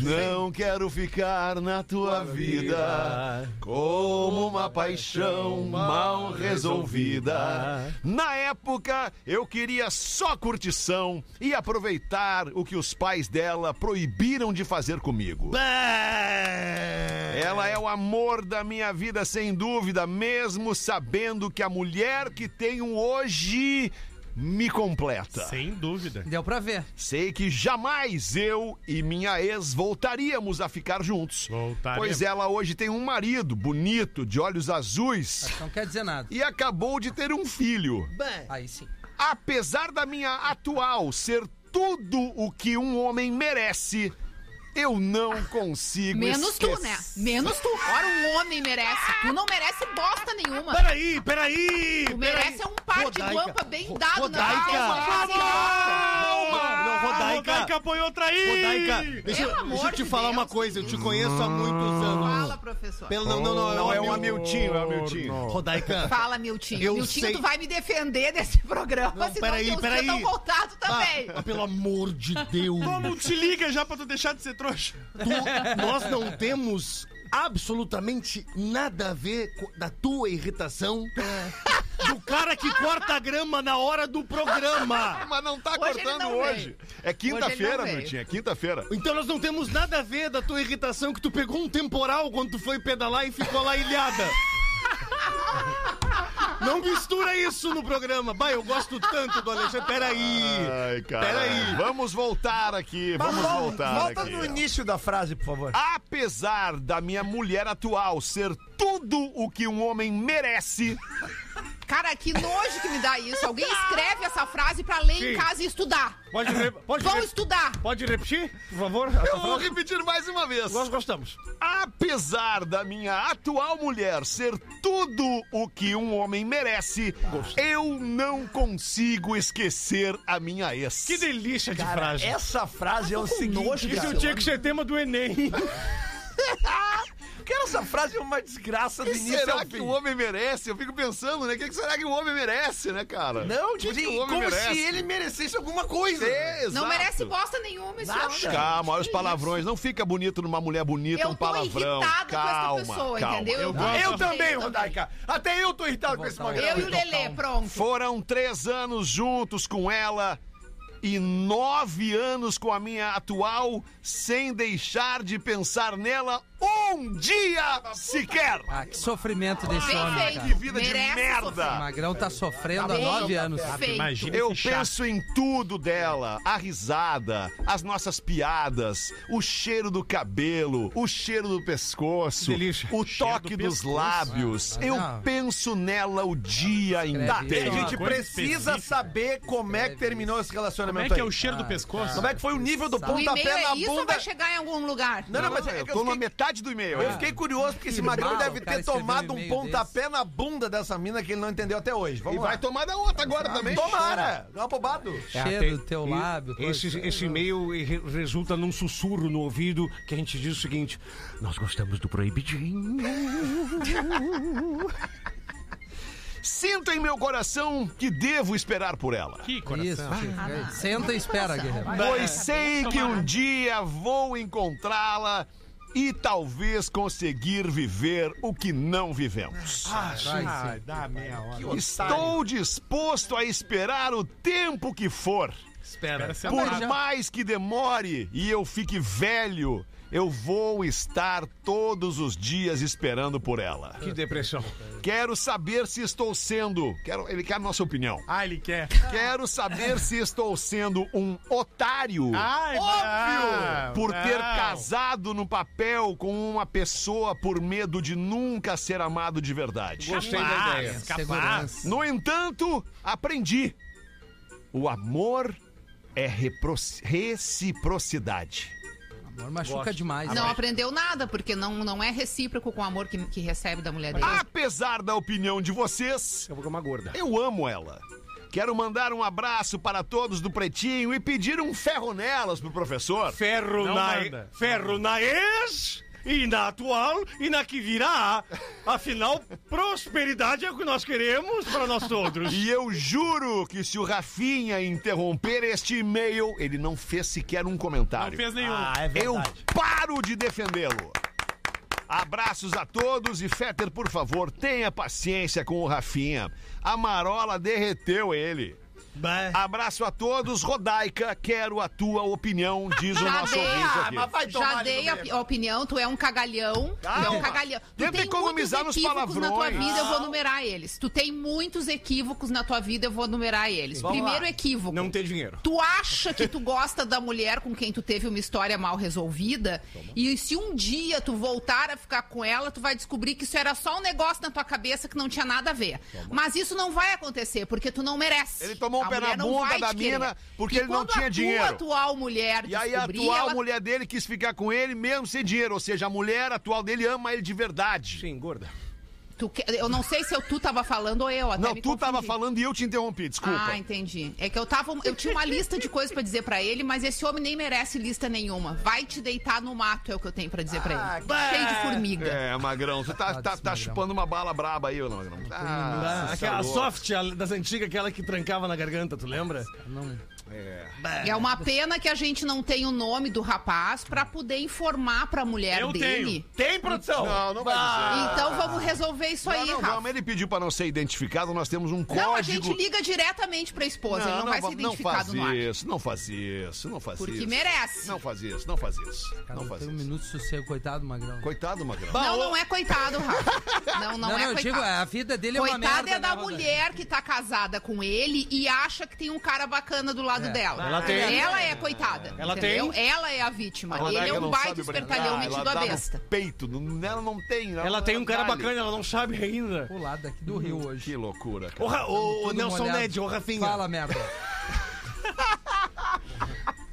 Speaker 2: Não quero ficar na tua vida como uma paixão mal resolvida. Na época, eu queria só curtição e aproveitar o que os pais dela proibiram de fazer comigo. Ela é o amor da minha vida, sem dúvida, mesmo sabendo que a mulher que tenho hoje me completa.
Speaker 7: Sem dúvida.
Speaker 5: Deu pra ver.
Speaker 2: Sei que jamais eu e minha ex voltaríamos a ficar juntos.
Speaker 7: Voltaríamos.
Speaker 2: Pois ela hoje tem um marido bonito, de olhos azuis,
Speaker 5: Não quer dizer nada.
Speaker 2: e acabou de ter um filho.
Speaker 5: Aí sim.
Speaker 2: Apesar da minha atual ser tudo o que um homem merece, eu não consigo
Speaker 3: Menos tu, né?
Speaker 2: esquecer.
Speaker 3: Menos tu. Ora, um homem merece. Tu não merece bosta nenhuma.
Speaker 6: Peraí, peraí!
Speaker 3: Tu merece é um par de guampa bem dado né? na
Speaker 6: Rodaica.
Speaker 3: calça. assim.
Speaker 6: Calma! Não, Rodaica!
Speaker 7: Rodaica apoiou aí!
Speaker 6: Rodaica, deixa,
Speaker 3: Pelo
Speaker 6: eu- deixa
Speaker 3: amor
Speaker 6: eu te
Speaker 3: de
Speaker 6: falar
Speaker 3: Deus.
Speaker 6: uma coisa, eu te conheço há muitos anos.
Speaker 3: Fala, professor.
Speaker 6: Pelo, não, não, não,
Speaker 2: Não, é
Speaker 6: o
Speaker 2: o
Speaker 6: Amil-
Speaker 2: Amiltinho, é o Amiltinho.
Speaker 6: Rodaica.
Speaker 3: <laughs> Fala, Miltinho.
Speaker 6: Eu
Speaker 3: Miltinho,
Speaker 6: sei-
Speaker 3: tu vai me defender desse <laughs> programa,
Speaker 6: Não,
Speaker 3: senão
Speaker 6: peraí,
Speaker 3: teus
Speaker 6: peraí.
Speaker 3: tão voltado também.
Speaker 6: Ah, pelo amor de Deus.
Speaker 7: Como te liga já pra tu deixar de ser trouxa?
Speaker 6: Tu- nós não temos absolutamente nada a ver com, da tua irritação
Speaker 3: É.
Speaker 6: do cara que corta a grama na hora do programa.
Speaker 2: Mas não tá
Speaker 3: Hoje ele
Speaker 2: cortando
Speaker 3: não
Speaker 2: hoje.
Speaker 3: veio.
Speaker 2: É quinta-feira,
Speaker 3: Hoje ele não
Speaker 2: Miltinho, é quinta-feira.
Speaker 6: Então nós não temos nada a ver da tua irritação que tu pegou um temporal quando tu foi pedalar e ficou lá ilhada. Não mistura isso no programa. Bah, eu gosto tanto do Alexandre. Peraí.
Speaker 2: Ai, cara.
Speaker 6: Peraí.
Speaker 2: Vamos voltar aqui, vamos
Speaker 4: Volta-
Speaker 2: voltar
Speaker 4: Volta
Speaker 2: aqui.
Speaker 4: no início da frase, por favor.
Speaker 2: Apesar da minha mulher atual ser tudo o que um homem merece,
Speaker 3: Cara, que nojo que me dá isso. Alguém escreve essa frase pra ler em casa e estudar.
Speaker 11: Pode, re-
Speaker 7: <laughs>
Speaker 11: pode,
Speaker 3: Vão
Speaker 11: re-
Speaker 3: estudar.
Speaker 11: pode repetir, por favor?
Speaker 2: <laughs> eu vou repetir mais uma vez.
Speaker 11: Nós gostamos.
Speaker 2: Apesar da minha atual mulher ser tudo o que um homem merece, eu não consigo esquecer a minha ex.
Speaker 11: Que delícia de frase.
Speaker 4: Essa frase é o seguinte.
Speaker 11: Isso
Speaker 4: cara.
Speaker 11: tinha que ser tema do Enem.
Speaker 4: Cara, essa frase é uma desgraça do
Speaker 2: que
Speaker 4: início
Speaker 2: será
Speaker 4: ao
Speaker 2: que
Speaker 4: fim.
Speaker 2: o homem merece? Eu fico pensando, né? O que que será que o homem merece, né, cara?
Speaker 4: Não,
Speaker 2: O que que
Speaker 4: tipo,
Speaker 2: o homem
Speaker 4: como
Speaker 2: merece?
Speaker 4: se ele merecesse alguma coisa.
Speaker 2: É,
Speaker 3: Não
Speaker 2: exato.
Speaker 3: merece bosta nenhuma esse
Speaker 4: Nada.
Speaker 3: homem.
Speaker 2: Calma, olha os palavrões. Não fica bonito numa mulher bonita,
Speaker 3: Eu
Speaker 2: um
Speaker 3: tô
Speaker 2: palavrão.
Speaker 3: irritada
Speaker 2: calma,
Speaker 3: com essa pessoa,
Speaker 2: calma.
Speaker 3: entendeu? Eu,
Speaker 4: Eu também, Rodaica. Até eu tô irritado com esse
Speaker 3: Eu,
Speaker 4: programa.
Speaker 3: e o Lelê,
Speaker 4: Então,
Speaker 3: pronto.
Speaker 2: Foram três anos juntos com ela e nove anos com a minha atual, sem deixar de pensar nela um dia sequer.
Speaker 5: Ah, que sofrimento desse
Speaker 3: Bem
Speaker 5: homem,
Speaker 3: feito.
Speaker 5: cara.
Speaker 2: Que vida de
Speaker 3: Merece
Speaker 5: O
Speaker 2: merda!
Speaker 5: Magrão tá sofrendo há
Speaker 3: Bem
Speaker 5: nove anos.
Speaker 3: feito.
Speaker 7: Imagina
Speaker 2: Eu
Speaker 7: esse chato.
Speaker 2: penso em tudo dela, a risada, as nossas piadas, o cheiro do cabelo, o cheiro do pescoço,
Speaker 11: Que delícia.
Speaker 2: o
Speaker 7: Cheiro
Speaker 2: toque
Speaker 7: do
Speaker 2: dos
Speaker 7: pescoço.
Speaker 2: lábios.
Speaker 5: Ah,
Speaker 2: Eu
Speaker 5: não.
Speaker 2: penso nela o dia
Speaker 4: Tá,
Speaker 5: Escreve
Speaker 2: inteiro.
Speaker 5: isso.
Speaker 4: a gente
Speaker 7: Uma coisa
Speaker 4: precisa
Speaker 7: específica.
Speaker 4: saber como é que terminou esse
Speaker 7: Como
Speaker 4: relacionamento
Speaker 7: é que é
Speaker 4: aí.
Speaker 7: o cheiro do pescoço?
Speaker 4: Como é que foi o nível do
Speaker 3: O
Speaker 4: pontapé
Speaker 3: e-mail é
Speaker 4: na
Speaker 3: isso ou
Speaker 4: bunda?
Speaker 3: vai chegar em algum lugar?
Speaker 4: Não, não, mas é
Speaker 2: eu
Speaker 4: que eu
Speaker 2: tô na
Speaker 4: fiquei,
Speaker 2: metade do e-mail.
Speaker 4: eu fiquei curioso porque esse
Speaker 5: Que
Speaker 4: magrão
Speaker 5: mal,
Speaker 4: deve
Speaker 5: o cara
Speaker 4: ter
Speaker 5: escreveu
Speaker 4: tomado
Speaker 5: um
Speaker 4: um
Speaker 5: e-mail
Speaker 4: pontapé na bunda dessa mina que ele não entendeu até hoje.
Speaker 2: E
Speaker 4: Vamos
Speaker 2: vai
Speaker 4: lá.
Speaker 2: tomar da outra agora também. É.
Speaker 4: Tomara! Dá uma bobado.
Speaker 5: Cheiro do teu lábio. é, coisa.
Speaker 11: É, Esse, esse e-mail re- resulta num sussurro no ouvido que a gente diz o seguinte: Nós gostamos do proibidinho.
Speaker 2: Sinto em meu coração que devo esperar por ela.
Speaker 7: Que
Speaker 5: Isso,
Speaker 7: coração.
Speaker 5: Chico. Senta e espera, guerreiro.
Speaker 2: Pois sei que um dia vou encontrá-la e talvez conseguir viver o que não vivemos.
Speaker 7: Ah, dá meia hora.
Speaker 2: Estou disposto a esperar o tempo que for.
Speaker 1: Espera.
Speaker 11: é
Speaker 7: Então
Speaker 2: Por mais que demore e eu fique velho, eu vou estar todos os dias esperando por ela.
Speaker 1: Que depressão.
Speaker 2: Quero saber se estou sendo. Quero, ele quer a nossa opinião.
Speaker 7: Ah, ele quer.
Speaker 2: Quero saber se estou sendo um otário.
Speaker 7: Ai,
Speaker 2: Óbvio!
Speaker 7: não,
Speaker 2: Por ter
Speaker 7: não.
Speaker 2: casado no papel com uma pessoa por medo de nunca ser amado de verdade.
Speaker 1: Gostei
Speaker 7: Ah,
Speaker 1: da ideia.
Speaker 7: Capaz, capaz.
Speaker 2: No entanto, aprendi. O amor é repro- reciprocidade.
Speaker 5: Amor machuca demais. né?
Speaker 3: Não aprendeu nada, porque não, não é recíproco com o amor que, que recebe da mulher dele.
Speaker 4: Ah,
Speaker 2: Apesar da opinião de vocês,
Speaker 1: Eu vou comer uma gorda.
Speaker 2: eu amo ela. Quero mandar um abraço para todos do Pretinho e pedir um ferro nelas pro professor.
Speaker 11: Ferro
Speaker 7: Não
Speaker 11: na,
Speaker 7: manda.
Speaker 11: ferro na ex e na atual e na que virá. Afinal, prosperidade é o que nós queremos para nós todos.
Speaker 2: E eu juro que se o Rafinha interromper este e-mail, ele não fez sequer um
Speaker 7: Não
Speaker 2: comentário.
Speaker 7: fez nenhum.
Speaker 4: é
Speaker 2: Eu paro de defendê-lo. Abraços a todos e Fetter, por favor, tenha paciência com o Rafinha. A marola derreteu ele. Abraço a todos, Rodaica, quero a tua opinião, diz o
Speaker 3: Já
Speaker 2: nosso
Speaker 3: dei
Speaker 2: ouvinte
Speaker 3: a-
Speaker 2: aqui.
Speaker 6: Ah, mas vai tomar
Speaker 3: Já
Speaker 6: ali
Speaker 3: dei
Speaker 6: no
Speaker 3: a
Speaker 6: meio.
Speaker 3: a opinião, tu é um cagalhão. Tu é
Speaker 2: Calma.
Speaker 3: um cagalhão. Tu
Speaker 2: Tenta
Speaker 3: tem
Speaker 2: economizar nos
Speaker 3: muitos equívocos na tua
Speaker 2: palavrões.
Speaker 3: vida, eu vou numerar eles. Tu tem muitos equívocos na tua vida, eu vou numerar eles. Primeiro equívoco.
Speaker 1: Não ter dinheiro.
Speaker 3: Tu acha que tu gosta da mulher com quem tu teve uma história mal resolvida? E se um dia tu voltar a ficar com ela, tu vai descobrir que isso era só um negócio na tua cabeça que não tinha nada a ver. Mas isso não vai acontecer, porque tu não merece.
Speaker 2: Ele tomou um
Speaker 3: A
Speaker 2: pé na
Speaker 3: mulher não
Speaker 2: bunda
Speaker 3: vai
Speaker 2: da
Speaker 3: te querer.
Speaker 2: mina porque
Speaker 3: E
Speaker 2: ele não
Speaker 3: quando
Speaker 2: tinha
Speaker 3: a tua
Speaker 2: dinheiro.
Speaker 3: atual mulher
Speaker 2: E aí a
Speaker 3: descobrir,
Speaker 2: atual
Speaker 3: ela
Speaker 2: mulher dele quis ficar com ele mesmo sem dinheiro, ou seja, a mulher atual dele ama ele de verdade.
Speaker 1: Sim, gorda.
Speaker 3: Tu que- Eu não sei se eu, tu tava falando ou eu. Até
Speaker 2: Não,
Speaker 3: me
Speaker 2: tu tava
Speaker 3: confundi.
Speaker 2: falando e eu te interrompi, desculpa.
Speaker 3: Ah, entendi. É que eu tava. Eu tinha uma lista de coisas pra dizer pra ele, mas esse homem nem merece lista nenhuma. Vai te deitar no mato, é o que eu tenho pra dizer pra
Speaker 2: Ah,
Speaker 3: ele. Cheio de formiga.
Speaker 2: É, Magrão, tu tá, tá, tá chupando uma bala braba aí, ô, Magrão. Ah, você é
Speaker 1: aquela
Speaker 2: louco.
Speaker 1: soft a- das antigas, aquela que trancava na garganta, tu lembra?
Speaker 3: É. uma pena que a gente não tem o nome do rapaz pra poder informar pra mulher
Speaker 7: Eu
Speaker 3: dele.
Speaker 11: Tem produção?
Speaker 2: Não, não vai dizer.
Speaker 3: Então vamos resolver isso
Speaker 2: Não,
Speaker 3: aí,
Speaker 2: não,
Speaker 3: Rafa.
Speaker 2: vamos, ele pediu pra não ser identificado, nós temos um código.
Speaker 3: Não, a gente liga diretamente pra esposa. ele não, vai ser
Speaker 2: vamos- não
Speaker 3: identificado
Speaker 2: faz
Speaker 3: no ar.
Speaker 2: isso, não faz isso, não faz
Speaker 3: Porque
Speaker 2: isso.
Speaker 3: merece.
Speaker 2: Não faz isso, não faz isso.
Speaker 5: Cara,
Speaker 2: não
Speaker 5: não
Speaker 2: faz
Speaker 5: tem um
Speaker 2: isso.
Speaker 5: minuto de sossego, coitado, Magrão.
Speaker 2: Coitado, Magrão.
Speaker 3: Não, não é coitado, Rafa. Não, não,
Speaker 5: não,
Speaker 3: é
Speaker 5: eu
Speaker 3: coitado.
Speaker 5: digo, a vida dele é uma merda.
Speaker 3: Coitada é da
Speaker 5: né, Rodaica?
Speaker 3: mulher que tá casada com ele e acha que tem um cara bacana do lado
Speaker 5: É.
Speaker 3: dela.
Speaker 1: Ela tem.
Speaker 3: Ela é coitada.
Speaker 1: Ela
Speaker 3: entendeu? Ela é a vítima. ele é um baita
Speaker 5: Ah,
Speaker 3: espertalhão metido
Speaker 2: a
Speaker 5: um-
Speaker 3: a besta.
Speaker 2: peito, não- ela não tem.
Speaker 1: Ela tem um cara
Speaker 2: dá-lhe.
Speaker 1: bacana, ela não sabe ainda.
Speaker 5: Pulada aqui do Rio hoje.
Speaker 2: Que loucura, cara.
Speaker 1: Ô, Ra- ô, ô,
Speaker 5: Tudo
Speaker 1: Nelson
Speaker 5: molhado.
Speaker 1: Ned, ô Rafinha.
Speaker 5: Fala, merda.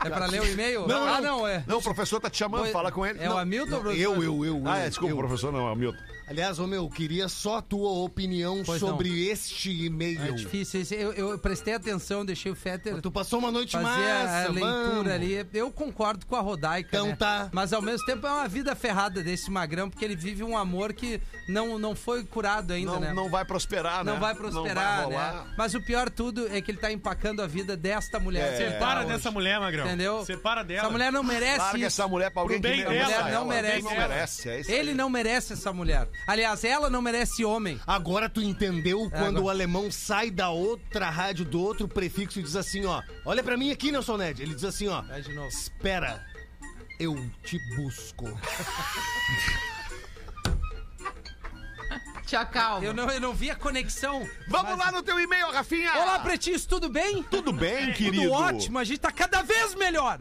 Speaker 5: é pra ler o e-mail?
Speaker 2: Não,
Speaker 5: ah, não, é.
Speaker 2: Não, o professor tá te chamando,
Speaker 5: Oi,
Speaker 2: fala com ele.
Speaker 5: É o
Speaker 2: Não.
Speaker 5: Hamilton,
Speaker 6: Não,
Speaker 5: professor?
Speaker 6: eu, eu, eu.
Speaker 2: Ah,
Speaker 6: eu,
Speaker 2: é, desculpa,
Speaker 6: eu.
Speaker 2: professor, não, é o Milton.
Speaker 6: Aliás, ô meu, queria só a tua opinião
Speaker 5: Pois
Speaker 6: sobre este e-mail.
Speaker 5: É difícil. esse- Eu, eu prestei atenção, deixei o Fetter
Speaker 6: Tu passou uma noite
Speaker 5: fazer
Speaker 6: massa,
Speaker 5: a leitura
Speaker 6: vamos.
Speaker 5: ali. Eu concordo com a Rodaica,
Speaker 6: Então
Speaker 5: né?
Speaker 6: tá.
Speaker 5: Mas ao mesmo tempo é uma vida ferrada desse magrão, porque ele vive um amor que não, não foi curado ainda,
Speaker 2: Não,
Speaker 5: né?
Speaker 2: não vai prosperar, né?
Speaker 5: Não vai prosperar,
Speaker 2: Não vai rolar.
Speaker 5: né? Mas o pior tudo é que ele tá empacando a vida desta mulher.
Speaker 2: É.
Speaker 5: que ele tá
Speaker 7: Separa
Speaker 5: hoje.
Speaker 7: dessa mulher, Magrão.
Speaker 5: Entendeu?
Speaker 7: Separa dela.
Speaker 5: Essa mulher não merece
Speaker 2: Larga
Speaker 5: isso.
Speaker 2: essa mulher pra alguém
Speaker 7: Pro bem
Speaker 2: que mereça
Speaker 7: dela,
Speaker 2: ela.
Speaker 5: não merece.
Speaker 2: Não merece, é isso
Speaker 5: Ele
Speaker 2: aí.
Speaker 5: não merece essa mulher. Aliás, ela não merece homem.
Speaker 6: Agora tu entendeu quando
Speaker 5: É, agora-
Speaker 6: o alemão sai da outra rádio, do outro prefixo e diz assim, ó. Olha pra mim aqui, Nelson Ned. Ele diz assim, ó.
Speaker 5: Vai de novo.
Speaker 6: Espera, eu te busco.
Speaker 3: Te acalma.
Speaker 5: Eu não, eu não vi a conexão.
Speaker 2: Vamos lá no teu e-mail, Rafinha!
Speaker 5: Olá, pretinhos, tudo bem?
Speaker 2: Tudo bem, querido?
Speaker 5: É, Tudo ótimo, a gente tá cada vez melhor.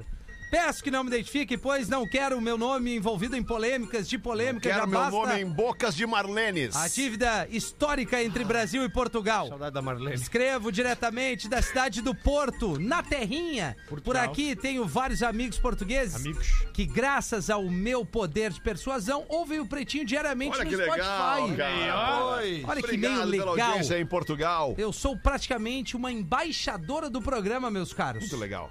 Speaker 5: Peço que não me identifique, pois não quero o meu nome envolvido em polêmicas de polêmica. já
Speaker 2: Quero meu
Speaker 5: basta
Speaker 2: nome em bocas de Marlenes.
Speaker 5: A dívida histórica entre Brasil e Portugal.
Speaker 1: Saudade da Marlene.
Speaker 5: Escrevo diretamente da cidade do Porto, na terrinha. Por aqui tenho vários amigos portugueses
Speaker 7: Amigos.
Speaker 5: que, graças ao meu poder de persuasão, ouvem o Pretinho diariamente
Speaker 2: Olha
Speaker 5: no
Speaker 2: que
Speaker 5: Spotify.
Speaker 2: legal, cara.
Speaker 4: Oi.
Speaker 5: Olha que
Speaker 2: Obrigado
Speaker 5: meio
Speaker 2: pela
Speaker 5: legal.
Speaker 2: audiência aí em Portugal.
Speaker 5: Eu sou praticamente uma embaixadora do programa, meus caros.
Speaker 2: Muito legal.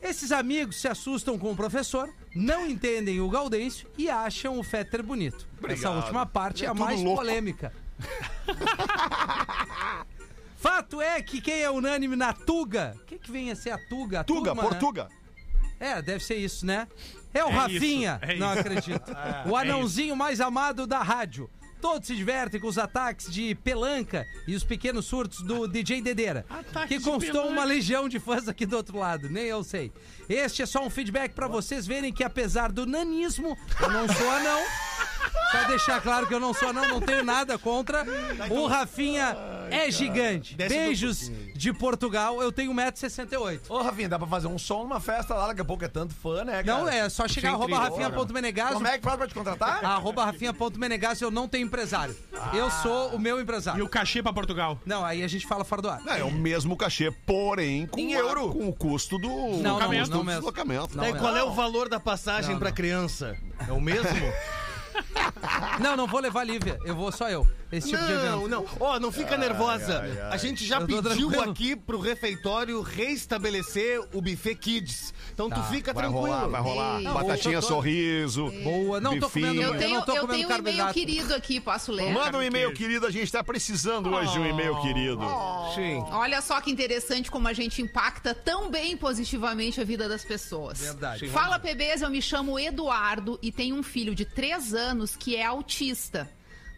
Speaker 5: Esses amigos se assustam com o professor, não entendem o Gaudêncio e acham o Fetter bonito. Essa
Speaker 2: Obrigado.
Speaker 5: última parte é a
Speaker 2: tudo
Speaker 5: mais
Speaker 2: louco. <laughs>
Speaker 5: polêmica. Fato é que quem é unânime na Tuga, quem que vem a ser a Tuga? A
Speaker 2: Tuga,
Speaker 5: turma, né?
Speaker 2: Portuga.
Speaker 5: É, deve ser isso, né? É o Rafinha,
Speaker 7: isso, é
Speaker 5: não
Speaker 7: isso.
Speaker 5: acredito.
Speaker 7: Ah,
Speaker 5: o
Speaker 7: <laughs> é
Speaker 5: anãozinho mais amado da rádio. Todos se divertem com os ataques de pelanca e os pequenos surtos do DJ Dedeira,
Speaker 7: Ataque
Speaker 5: que
Speaker 7: de
Speaker 5: constou
Speaker 7: pelanca.
Speaker 5: uma legião de fãs aqui do outro lado, nem eu sei. Este é só um feedback pra vocês verem que apesar do nanismo, eu não sou anão. Pra deixar claro que eu não sou anão, não tenho nada contra. O Rafinha é gigante.
Speaker 4: Desce um
Speaker 5: Beijos de Portugal, eu tenho 1,68m.
Speaker 4: Ô, Rafinha, dá pra fazer um som numa festa lá, daqui a pouco é tanto fã, né, cara?
Speaker 5: Não, é Ah, só chegar arroba rafinha.menegaso.
Speaker 4: Como é que faz pra te contratar?
Speaker 5: Arroba rafinha.menegaso, eu não tenho empresário. Eu sou o meu empresário.
Speaker 7: E o cachê pra Portugal?
Speaker 5: Não, aí a gente fala fora do ar.
Speaker 2: É o mesmo cachê, porém com,
Speaker 4: Em
Speaker 2: a-
Speaker 4: euro.
Speaker 2: com o custo do
Speaker 5: não,
Speaker 2: deslocamento.
Speaker 5: não
Speaker 2: do
Speaker 5: mesmo.
Speaker 2: deslocamento.
Speaker 5: Não,
Speaker 11: Daí,
Speaker 5: não.
Speaker 11: qual é o valor da passagem
Speaker 5: Não,
Speaker 11: pra
Speaker 5: não.
Speaker 11: criança? É o
Speaker 6: <laughs>
Speaker 11: mesmo?
Speaker 5: Não, não vou levar a Lívia. Eu vou só eu. Esse tipo de
Speaker 11: Não,
Speaker 5: evento.
Speaker 11: não. Ó, não fica nervosa. A gente já
Speaker 5: Eu tô
Speaker 11: pediu
Speaker 5: tranquilo.
Speaker 11: aqui pro refeitório reestabelecer o buffet Kids. Então
Speaker 5: Tá,
Speaker 11: tu fica
Speaker 2: Vai
Speaker 11: tranquilo.
Speaker 2: rolar, vai rolar.
Speaker 3: Ei. Não,
Speaker 2: Batatinha
Speaker 5: boa,
Speaker 2: sorriso.
Speaker 5: Boa, não tô
Speaker 2: Bifinho.
Speaker 5: comendo.
Speaker 3: Eu tenho,
Speaker 5: não tô
Speaker 3: eu
Speaker 5: comendo
Speaker 3: tenho um e-mail
Speaker 5: carboidrato.
Speaker 3: querido aqui, posso ler?
Speaker 2: Manda um e-mail, querido. A gente tá precisando hoje de um e-mail,
Speaker 5: Oh.
Speaker 2: querido.
Speaker 11: Sim.
Speaker 3: Olha só que interessante como a gente impacta tão bem positivamente a vida das pessoas.
Speaker 5: Verdade.
Speaker 3: Fala, bebês, eu me chamo Eduardo e tenho um filho de 3 anos que é autista.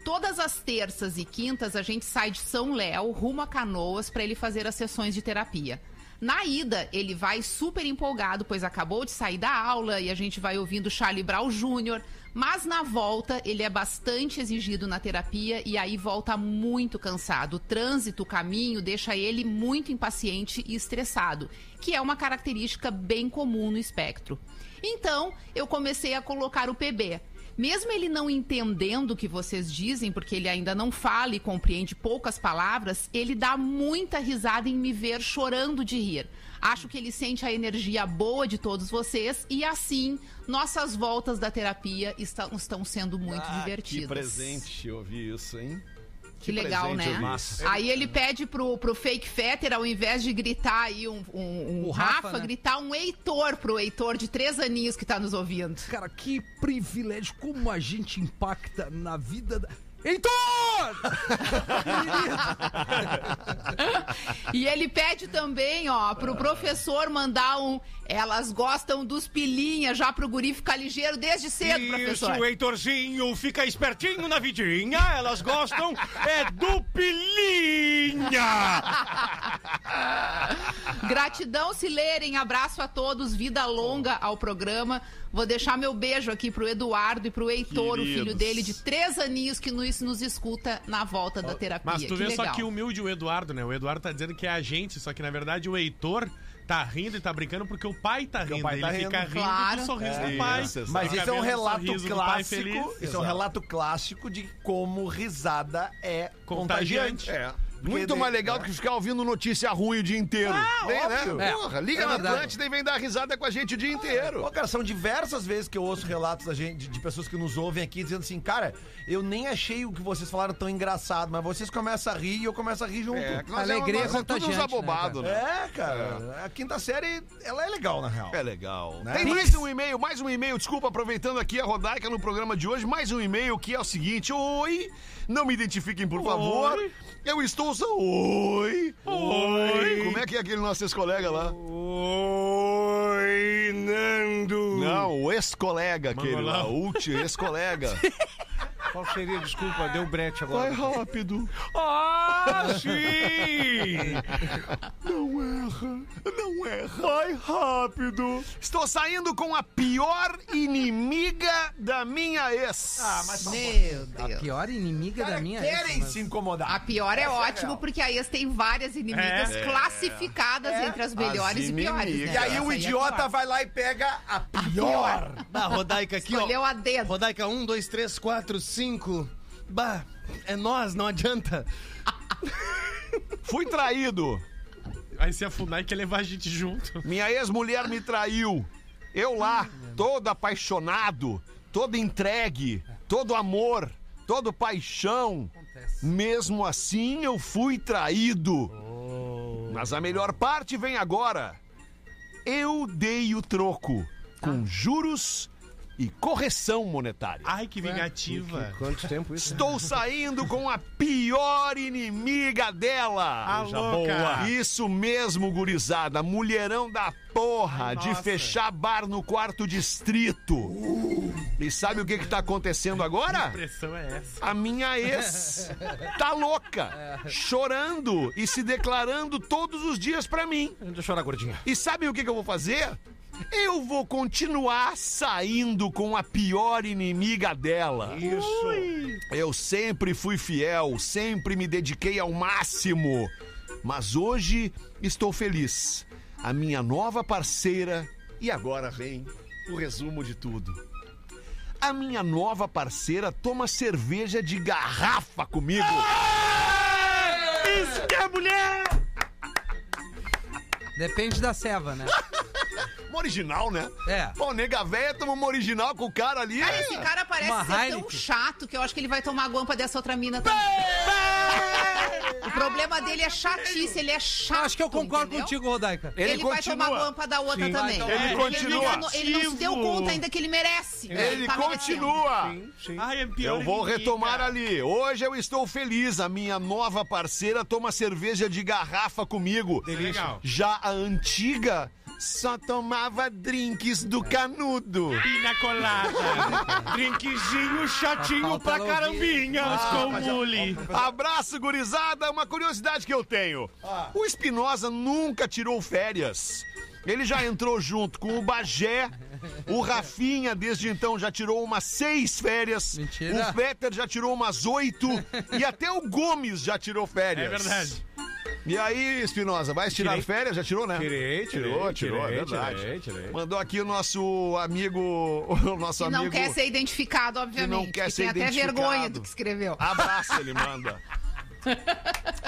Speaker 3: Todas as terças e quintas a gente sai de São Léo rumo a Canoas para ele fazer as sessões de terapia. Na ida, ele vai super empolgado, pois acabou de sair da aula e a gente vai ouvindo Charlie Brown Jr. Mas na volta, ele é bastante exigido na terapia e aí volta muito cansado. O trânsito, o caminho, deixa ele muito impaciente e estressado, que é uma característica bem comum no espectro. Então, eu comecei a colocar o PB. Mesmo ele não entendendo o que vocês dizem, porque ele ainda não fala e compreende poucas palavras, ele dá muita risada em me ver chorando de rir. Acho que ele sente a energia boa de todos vocês e assim nossas voltas da terapia estão, estão sendo muito divertidas.
Speaker 2: Ah, Que presente ouvir isso, hein?
Speaker 3: Que legal,
Speaker 2: presente
Speaker 3: né?
Speaker 2: ouvir
Speaker 3: Aí ele pede pro, pro fake fetter, ao invés de gritar aí um, um- um
Speaker 5: O
Speaker 3: Rafa,
Speaker 5: Rafa, né?
Speaker 3: gritar um Heitor pro Heitor de três aninhos que tá nos ouvindo.
Speaker 5: Cara, que privilégio. Como a gente impacta na vida da... <laughs> Heitor!
Speaker 3: E ele pede também, ó, pro professor mandar um. Elas gostam dos pilinha já pro guri ficar ligeiro desde cedo,
Speaker 11: Isso,
Speaker 3: professor.
Speaker 11: Heitorzinho, fica espertinho na vidinha. Elas gostam é do pilinha.
Speaker 3: Gratidão se lerem, abraço a todos, vida longa ao programa. Vou deixar meu beijo aqui pro Eduardo e pro Heitor, o filho
Speaker 2: Queridos.
Speaker 3: dele de três aninhos que nos, nos escuta na volta da terapia.
Speaker 7: Mas tu
Speaker 3: que
Speaker 7: vê
Speaker 3: legal.
Speaker 7: só que um- humilde o Eduardo, né? O Eduardo tá dizendo que é a gente, só que na verdade o Heitor tá rindo e tá brincando porque o pai tá rindo.
Speaker 4: o pai tá
Speaker 7: Ele fica
Speaker 4: rindo.
Speaker 7: rindo
Speaker 3: Claro.
Speaker 7: do sorriso do
Speaker 2: É,
Speaker 7: pai.
Speaker 2: isso,
Speaker 4: Mas
Speaker 7: Fica
Speaker 4: isso é um
Speaker 7: vendo o
Speaker 4: relato
Speaker 7: sorriso do pai feliz.
Speaker 4: clássico. Isso é um relato clássico de como risada é
Speaker 7: Contagiante.
Speaker 4: contagiante.
Speaker 2: É.
Speaker 4: Porque
Speaker 2: Muito
Speaker 4: daí-
Speaker 2: mais legal do que ficar ouvindo notícia ruim o dia inteiro.
Speaker 4: Ah,
Speaker 2: Vem,
Speaker 4: óbvio.
Speaker 2: né?
Speaker 5: É.
Speaker 2: Porra, liga
Speaker 5: É
Speaker 2: na
Speaker 5: verdade.
Speaker 2: Atlântida e vem dar risada com a gente o dia
Speaker 4: Ô,
Speaker 2: inteiro.
Speaker 4: cara, são diversas vezes que eu ouço relatos da gente, de, de pessoas que nos ouvem aqui dizendo assim, cara, eu nem achei o que vocês falaram tão engraçado, mas vocês começam a rir e eu começo a rir junto. É,
Speaker 2: que nós
Speaker 5: Alegria
Speaker 2: nós tudo uns
Speaker 5: contagiante, né,
Speaker 2: abobados, né?
Speaker 4: cara, a quinta série, ela é legal, na real.
Speaker 2: É legal.
Speaker 4: Né?
Speaker 2: Tem mais um e-mail, mais um e-mail. Desculpa, aproveitando aqui a Rodaica no programa de hoje, mais um e-mail que é o seguinte: Oi, não me identifiquem, por favor. Eu estou só. Oi. Oi. Como é que é aquele nosso ex-colega lá?
Speaker 11: Oi, Nando.
Speaker 2: Não, o ex-colega, aquele
Speaker 7: Mangolão.
Speaker 2: lá. O último ex-colega.
Speaker 1: Qual seria? Desculpa, deu brete
Speaker 2: Vai
Speaker 1: agora.
Speaker 2: rápido.
Speaker 11: Ah, sim!
Speaker 2: Não erra, não erra. Vai rápido. Estou saindo com a pior inimiga da minha ex.
Speaker 4: Ah, mas só-
Speaker 3: Meu Deus.
Speaker 5: Pior inimiga da minha... é
Speaker 4: querem
Speaker 5: essa, mas-
Speaker 4: se incomodar.
Speaker 3: A pior é ótimo, porque aí as tem várias inimigas
Speaker 7: É.
Speaker 3: classificadas entre as melhores
Speaker 2: As
Speaker 3: e piores. Né?
Speaker 2: inimigas.
Speaker 4: E aí o
Speaker 3: Essa é
Speaker 4: idiota
Speaker 3: pior.
Speaker 4: vai lá e pega a pior.
Speaker 11: Bah, Rodaica aqui, ó.
Speaker 3: Escolheu a dedo.
Speaker 11: Rodaica, um, dois, três, quatro, cinco. Bah, é nós, não adianta.
Speaker 2: Fui traído.
Speaker 7: Aí se afundar e quer levar a gente junto.
Speaker 2: Minha ex-mulher me traiu. Eu lá, todo apaixonado, todo entregue, todo amor, todo paixão. Mesmo assim, eu fui traído. Mas a melhor parte vem agora. Eu dei o troco com juros e correção monetária.
Speaker 7: Ai, que vingativa.
Speaker 4: Quanto tempo isso?
Speaker 2: Estou saindo com a pior inimiga dela.
Speaker 7: Ah, louca. boa.
Speaker 2: Isso mesmo, gurizada. Mulherão da porra
Speaker 7: Ai,
Speaker 2: de
Speaker 7: nossa.
Speaker 2: fechar bar no quarto distrito. E sabe o que que tá acontecendo agora?
Speaker 7: A pressão é essa.
Speaker 2: A minha
Speaker 1: <laughs>
Speaker 2: ex tá louca, chorando e se declarando todos os dias pra mim.
Speaker 1: Deixa eu chorar, gordinha.
Speaker 2: E sabe o que, que eu vou fazer? Eu vou continuar saindo com a pior inimiga dela.
Speaker 11: Isso.
Speaker 2: Eu sempre fui fiel, sempre me dediquei ao máximo. Mas hoje estou feliz. A minha nova parceira. E agora vem o resumo de tudo. A minha nova parceira toma cerveja de garrafa comigo. Isso que é mulher!
Speaker 5: Depende da ceva, né?
Speaker 2: Uma original, né?
Speaker 5: É.
Speaker 2: Pô, nega véia toma uma original com o cara ali.
Speaker 3: Cara, É esse cara parece
Speaker 5: Uma
Speaker 3: ser tão
Speaker 5: Heineken.
Speaker 3: chato que eu acho que ele vai tomar a guampa dessa outra mina também. O problema dele é chatice, ele é
Speaker 5: Eu
Speaker 3: chato.
Speaker 5: acho que eu concordo
Speaker 3: entendeu?
Speaker 5: contigo, Rodaica.
Speaker 3: Ele,
Speaker 2: Ele
Speaker 3: vai
Speaker 2: continua.
Speaker 3: tomar a guampa da outra
Speaker 5: Sim.
Speaker 3: também.
Speaker 5: Vai
Speaker 2: tomar. Ele
Speaker 3: Porque
Speaker 2: continua.
Speaker 3: não- Ele, não se deu conta ainda que ele merece.
Speaker 2: Ele
Speaker 3: Tá
Speaker 2: continua.
Speaker 7: Ai, é pior
Speaker 2: Eu vou
Speaker 7: inimiga.
Speaker 2: retomar ali. Hoje eu estou feliz. A minha nova parceira toma cerveja de garrafa comigo.
Speaker 7: Legal.
Speaker 2: Já a antiga só tomava drinks do canudo.
Speaker 11: Pina colada. Drinkzinho chatinho
Speaker 5: Falta
Speaker 11: pra
Speaker 5: ela ouvir.
Speaker 11: carambinha. com mule.
Speaker 2: Abraço, gurizada. Uma curiosidade que eu tenho.
Speaker 1: Ah.
Speaker 2: O Espinosa nunca tirou férias. Ele já entrou junto com o Bagé. O Rafinha, desde então, já tirou umas seis férias.
Speaker 5: Mentira.
Speaker 2: O Peter já tirou umas oito. e até o Gomes já tirou férias.
Speaker 7: É verdade.
Speaker 2: E aí, Espinosa, vai tirar
Speaker 1: Tirei.
Speaker 2: férias? Já tirou, né?
Speaker 1: Tirei, tirei,
Speaker 2: Tirou, tirou, é
Speaker 1: tirei,
Speaker 2: verdade.
Speaker 1: tirei, tirei.
Speaker 2: Mandou aqui o nosso amigo. <laughs> O nosso
Speaker 3: Que
Speaker 2: amigo.
Speaker 3: não quer ser identificado, obviamente.
Speaker 2: quer
Speaker 3: que
Speaker 2: ser
Speaker 3: tem até
Speaker 2: identificado.
Speaker 3: vergonha do que escreveu.
Speaker 2: Abraço, ele manda.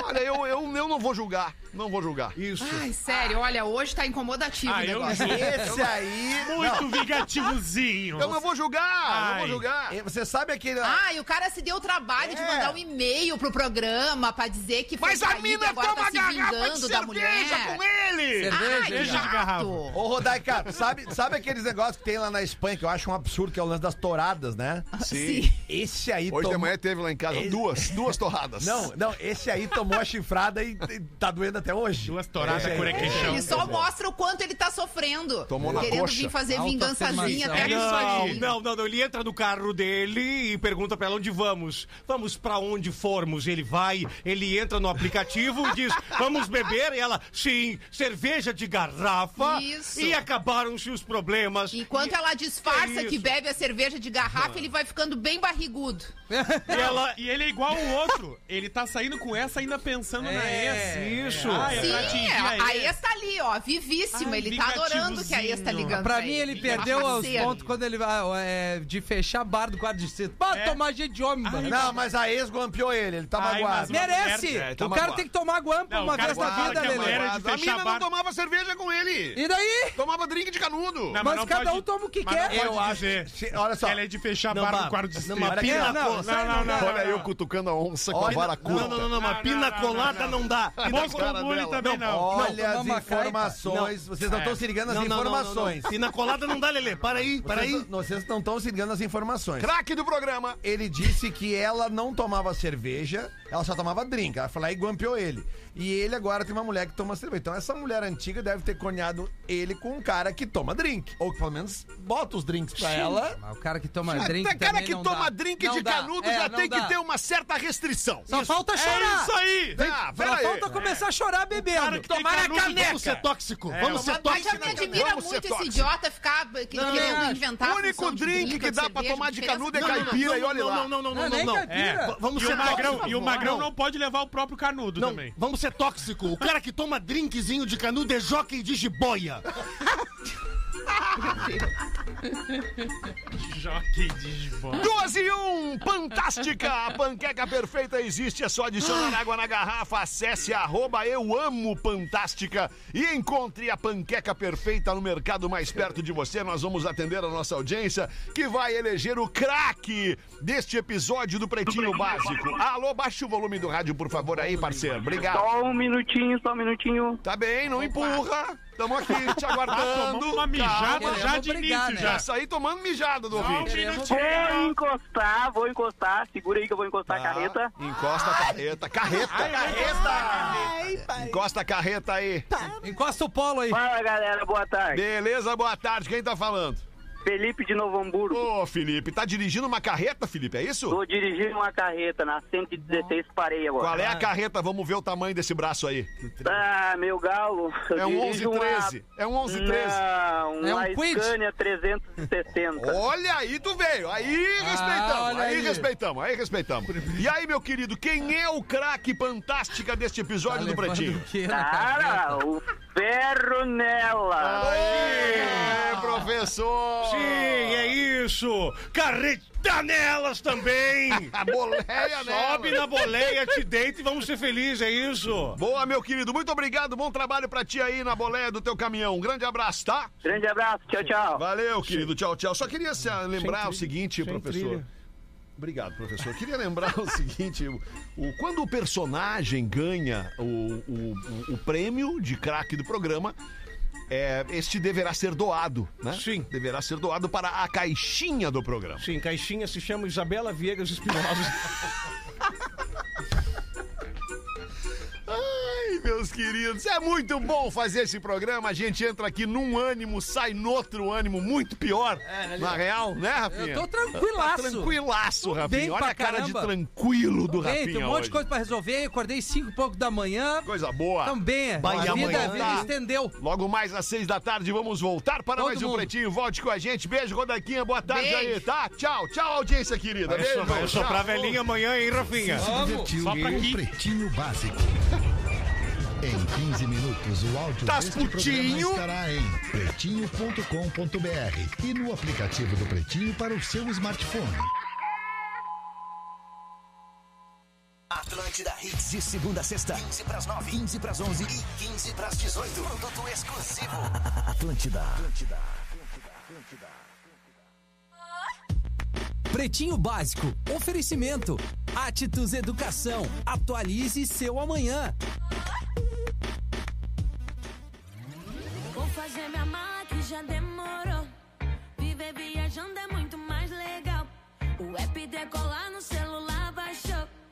Speaker 2: Olha, eu, eu, eu não vou julgar. Não vou julgar.
Speaker 6: Isso.
Speaker 3: Ai,
Speaker 2: Ah.
Speaker 3: sério, olha, hoje tá incomodativo
Speaker 7: Ah,
Speaker 3: o
Speaker 7: eu
Speaker 3: negócio.
Speaker 4: Esse aí.
Speaker 7: Muito vingativozinho.
Speaker 2: Eu não vou julgar! Eu não vou
Speaker 7: Ai.
Speaker 2: julgar!
Speaker 4: É, Você sabe aquele.
Speaker 3: Ah, e o cara se deu o trabalho de
Speaker 4: É.
Speaker 3: mandar um e-mail pro programa pra dizer que foi
Speaker 2: Mas a
Speaker 3: traído e
Speaker 2: mina
Speaker 3: agora
Speaker 2: toma
Speaker 3: tá se
Speaker 2: garrafa de
Speaker 3: vingando da
Speaker 2: cerveja
Speaker 3: mulher.
Speaker 2: com
Speaker 7: É.
Speaker 2: ele!
Speaker 5: Ah,
Speaker 3: Ai,
Speaker 7: Cerveja de garrafa.
Speaker 3: chato.
Speaker 4: Ô, Rodaica, tu sabe, sabe aqueles negócios que tem lá na Espanha que eu acho um absurdo, que é o lance das touradas, né?
Speaker 3: Sim.
Speaker 4: Esse aí
Speaker 2: Hoje de
Speaker 4: tomou-
Speaker 2: manhã teve lá em casa duas, duas torradas.
Speaker 4: Não, não, esse aí tomou a chifrada e, e tá doendo até hoje.
Speaker 7: Duas toradas
Speaker 11: É.
Speaker 4: Esse aí.
Speaker 7: curequechão.
Speaker 3: Ele só mostra o quanto ele tá sofrendo.
Speaker 2: Tomou na
Speaker 3: Querendo
Speaker 2: coxa.
Speaker 3: vir fazer vingançazinha
Speaker 5: Autoafirmação.
Speaker 11: É
Speaker 3: até
Speaker 5: Não,
Speaker 11: isso aí.
Speaker 3: fim.
Speaker 11: Não, não, não. Ele entra no carro dele e pergunta pra ela onde vamos. Vamos pra onde formos. Ele vai, ele entra no aplicativo e <laughs> diz: Vamos beber? E ela, sim, cerveja de garrafa.
Speaker 3: Isso.
Speaker 11: E acabaram-se os problemas.
Speaker 3: Enquanto ela disfarça
Speaker 11: Que
Speaker 3: que
Speaker 11: isso?
Speaker 3: bebe a cerveja de garrafa, ele vai ficando bem barrigudo.
Speaker 7: E, ela- e ele é igual o outro. Ele tá saindo com essa ainda pensando na
Speaker 5: É.
Speaker 7: ex.
Speaker 11: Isso.
Speaker 7: Ah, é
Speaker 3: Sim,
Speaker 7: pra atingir a
Speaker 3: a
Speaker 7: ex.
Speaker 3: ex tá ali, ó, vivíssima.
Speaker 7: Ai,
Speaker 3: ele tá adorando que a ex tá
Speaker 7: vingativozinho.
Speaker 3: ligando.
Speaker 5: Pra mim, ele
Speaker 3: Uma
Speaker 5: perdeu os
Speaker 3: parceira.
Speaker 5: pontos quando ele vai é, de fechar bar do quarto de distrito. Pá,
Speaker 7: É.
Speaker 5: tomar gente de homem, mano.
Speaker 4: Não, mas a ex golpeou ele, ele tá
Speaker 7: Ai,
Speaker 4: magoado.
Speaker 7: mas-
Speaker 5: Merece!
Speaker 2: É, tá
Speaker 5: o
Speaker 2: magoado.
Speaker 5: cara tem que tomar guampa
Speaker 7: Não, o
Speaker 5: uma
Speaker 7: cara
Speaker 5: vez na
Speaker 7: fala
Speaker 5: vida,
Speaker 7: que a mulher
Speaker 5: Lelê.
Speaker 7: é de
Speaker 2: A
Speaker 7: fechar
Speaker 2: mina não
Speaker 7: bar.
Speaker 2: tomava cerveja com ele!
Speaker 5: E daí?
Speaker 2: Tomava drink de canudo!
Speaker 7: Não,
Speaker 5: Mas
Speaker 7: não
Speaker 5: cada
Speaker 7: pode-
Speaker 5: um toma o que
Speaker 7: mas
Speaker 5: quer.
Speaker 7: não pode
Speaker 4: Eu acho-
Speaker 7: dizer
Speaker 4: se- olha só.
Speaker 7: que Ela é de fechar
Speaker 4: Não,
Speaker 7: bar
Speaker 4: bah,
Speaker 7: no quarto
Speaker 4: não,
Speaker 7: distrito.
Speaker 4: mas aqui, ó.
Speaker 5: não,
Speaker 7: Não, não, não.
Speaker 2: Olha eu cutucando a onça com a
Speaker 4: Olha,
Speaker 2: vara
Speaker 4: não,
Speaker 2: curta.
Speaker 11: Não, não, não, não, mas
Speaker 7: Não,
Speaker 11: pina
Speaker 7: não, não,
Speaker 11: colada
Speaker 7: não, não.
Speaker 11: não, dá. Pina
Speaker 2: Mostra
Speaker 7: Mostra
Speaker 2: cara
Speaker 7: o bullying
Speaker 2: dela.
Speaker 7: também não.
Speaker 4: Olha
Speaker 5: não,
Speaker 4: as
Speaker 5: não,
Speaker 4: informações. Vocês não estão se ligando nas
Speaker 11: é. não, não, não, não,
Speaker 4: informações.
Speaker 11: não. Pina colada não dá, Lelê. Para aí, para aí.
Speaker 4: Vocês não- Vocês não estão se ligando nas informações.
Speaker 2: Craque do programa!
Speaker 4: Ele disse que ela não tomava cerveja, ela só tomava drink. Ela foi lá e guampeou ele. E ele agora tem uma mulher que toma cerveja. Então essa mulher antiga deve ter conhado ele com um cara que toma drink. Ou que pelo menos bota os drinks pra ela.
Speaker 5: Mas o cara que toma drink
Speaker 2: Até cara
Speaker 5: também
Speaker 2: que
Speaker 5: não
Speaker 2: toma
Speaker 5: dá.
Speaker 2: drink
Speaker 5: Não
Speaker 2: de
Speaker 5: dá.
Speaker 2: canudo
Speaker 5: É,
Speaker 2: já
Speaker 5: não
Speaker 2: tem
Speaker 5: dá.
Speaker 2: que ter uma certa restrição.
Speaker 5: Só falta chorar.
Speaker 11: É isso aí.
Speaker 2: Ah,
Speaker 5: Só
Speaker 2: pera aí.
Speaker 5: falta começar a chorar bebendo.
Speaker 11: Cara que tem canudo, Vamos ser tóxico. Vamos ser
Speaker 3: Mas já
Speaker 11: tóxico.
Speaker 3: me admira
Speaker 2: Vamos ser
Speaker 3: muito esse
Speaker 2: tóxico.
Speaker 3: idiota ficar que- querendo
Speaker 5: acho.
Speaker 3: inventar. a
Speaker 2: O único
Speaker 3: função de
Speaker 2: drink
Speaker 3: brinco,
Speaker 2: que
Speaker 3: de
Speaker 2: dá pra
Speaker 3: cerveja,
Speaker 2: tomar de
Speaker 3: diferença.
Speaker 2: canudo é
Speaker 3: Não, não,
Speaker 2: caipira. e olha
Speaker 11: não,
Speaker 2: lá.
Speaker 11: Não, não, não,
Speaker 5: Não,
Speaker 11: não,
Speaker 5: nem
Speaker 11: não. não.
Speaker 5: caipira.
Speaker 11: É, v- Vamos
Speaker 7: E
Speaker 11: ser
Speaker 7: o
Speaker 1: tá
Speaker 7: magrão,
Speaker 11: tóxico,
Speaker 7: e o magrão
Speaker 11: não.
Speaker 7: não pode levar o próprio canudo
Speaker 11: Não,
Speaker 7: também.
Speaker 11: Então,
Speaker 7: <laughs>
Speaker 11: vamos ser tóxico. O cara que toma drinkzinho de canudo é jockey de jiboia.
Speaker 7: Joque de bola.
Speaker 2: 12 e 1, fantástica! A panqueca perfeita existe, é só adicionar água na garrafa. Acesse arroba eu amo Fantástica e encontre a panqueca perfeita no mercado mais perto de você. Nós vamos atender a nossa audiência que vai eleger o craque deste episódio do Pretinho Básico. Alô, baixa o volume do rádio, por favor, aí, parceiro. Obrigado.
Speaker 12: Só um minutinho, só um minutinho.
Speaker 2: Tá bem, não empurra. Estamos aqui te aguardando.
Speaker 7: tomamos Ah, uma mijada um
Speaker 2: Calma.
Speaker 7: já
Speaker 5: Queremos
Speaker 7: de início,
Speaker 5: brigar, né?
Speaker 2: Já
Speaker 7: já.
Speaker 2: saí tomando mijada do ouvinte.
Speaker 12: Vou encostar, vou encostar. Segura aí que eu vou encostar
Speaker 2: Tá.
Speaker 12: a carreta.
Speaker 2: Encosta a carreta. Carreta! carreta! Encosta a carreta aí.
Speaker 5: Encosta o polo aí.
Speaker 12: Fala, galera, boa tarde.
Speaker 2: Beleza, boa tarde. Quem tá falando?
Speaker 12: Felipe de Novo Hamburgo.
Speaker 2: Ô, Felipe, tá dirigindo uma carreta, Felipe, é isso?
Speaker 12: Tô dirigindo uma carreta na 116, parei agora.
Speaker 2: Qual é a carreta? Vamos ver o tamanho desse braço aí.
Speaker 12: Ah, meu galo. eu
Speaker 2: É um
Speaker 12: dirijo
Speaker 2: 1113.
Speaker 12: uma-
Speaker 2: É um 1113.
Speaker 12: Não, uma
Speaker 5: É um quid.
Speaker 12: Scania 360.
Speaker 2: Olha aí, tu veio. Aí respeitamos,
Speaker 5: olha
Speaker 2: aí,
Speaker 5: aí.
Speaker 2: respeitamos, aí respeitamos. E aí, meu querido, quem é o craque fantástica deste
Speaker 5: Tá
Speaker 2: episódio do Pretinho?
Speaker 12: Cara, o ferro
Speaker 2: Ah.
Speaker 12: nela.
Speaker 2: Aê, professor!
Speaker 11: Sim, é isso! Carreta nelas também!
Speaker 2: A <laughs> boleia, né?
Speaker 11: Sobe na boleia, te deita e vamos ser felizes, é isso!
Speaker 2: Boa, meu querido. Muito obrigado. Bom trabalho pra ti aí na boleia do teu caminhão. Um grande abraço, tá?
Speaker 12: Grande abraço, tchau, tchau.
Speaker 2: Valeu, querido. Tchau, tchau. Só queria se- lembrar o seguinte, professor. Obrigado, professor. Queria lembrar <laughs> o seguinte: o, o- quando o personagem ganha o, o, o- o prêmio de craque do programa, é, este deverá ser doado, né?
Speaker 11: Sim.
Speaker 2: Deverá ser doado para a caixinha do programa.
Speaker 11: Sim, caixinha se chama Isabela Viegas Espinosa.
Speaker 2: Ai, meus queridos, é muito bom fazer esse programa. A gente entra aqui num ânimo, sai no outro ânimo muito pior. na real, né, Rafinha?
Speaker 5: É, Eu tô tranquilaço.
Speaker 2: Tranquilaço,
Speaker 5: bem
Speaker 2: Rafinha.
Speaker 5: pra
Speaker 2: Olha a cara de
Speaker 5: caramba.
Speaker 2: tranquilo do
Speaker 5: Ei, tem
Speaker 2: Rafinha
Speaker 5: um monte
Speaker 2: hoje.
Speaker 5: de coisa pra resolver. Acordei cinco e pouco da manhã.
Speaker 2: Coisa boa.
Speaker 5: Também. é.
Speaker 2: Vai,
Speaker 5: a vida, a
Speaker 2: amanhã
Speaker 5: vida
Speaker 2: tá.
Speaker 5: estendeu.
Speaker 2: Logo mais às seis da tarde vamos voltar para
Speaker 5: Todo
Speaker 2: mais um
Speaker 5: mundo.
Speaker 2: Pretinho. Volte com a gente. Beijo, Rodaquinha. Boa tarde
Speaker 3: Beijo.
Speaker 2: aí, tá? Tchau, tchau, audiência querida. Beijo.
Speaker 11: Vai soprar
Speaker 2: Tchau.
Speaker 11: velhinha amanhã, hein, Rafinha?
Speaker 8: Divertiu
Speaker 7: Só pra
Speaker 8: com
Speaker 7: aqui.
Speaker 8: Pretinho Básico. Em 15 minutos, o áudio
Speaker 2: Tá
Speaker 8: deste
Speaker 2: putinho?
Speaker 8: programa estará em pretinho.com.br e no aplicativo do Pretinho para o seu smartphone.
Speaker 10: Atlântida Hits de segunda a sexta, 15 pras 9, 15 pras 11 e 15 pras 18. Produto exclusivo. <laughs> Atlântida. Atlântida.
Speaker 13: Pretinho Básico, oferecimento. Atitudes Educação, atualize seu amanhã.
Speaker 14: Vou fazer minha mala que já demorou. Viver viajando é muito mais legal. O app decolar no celular baixou.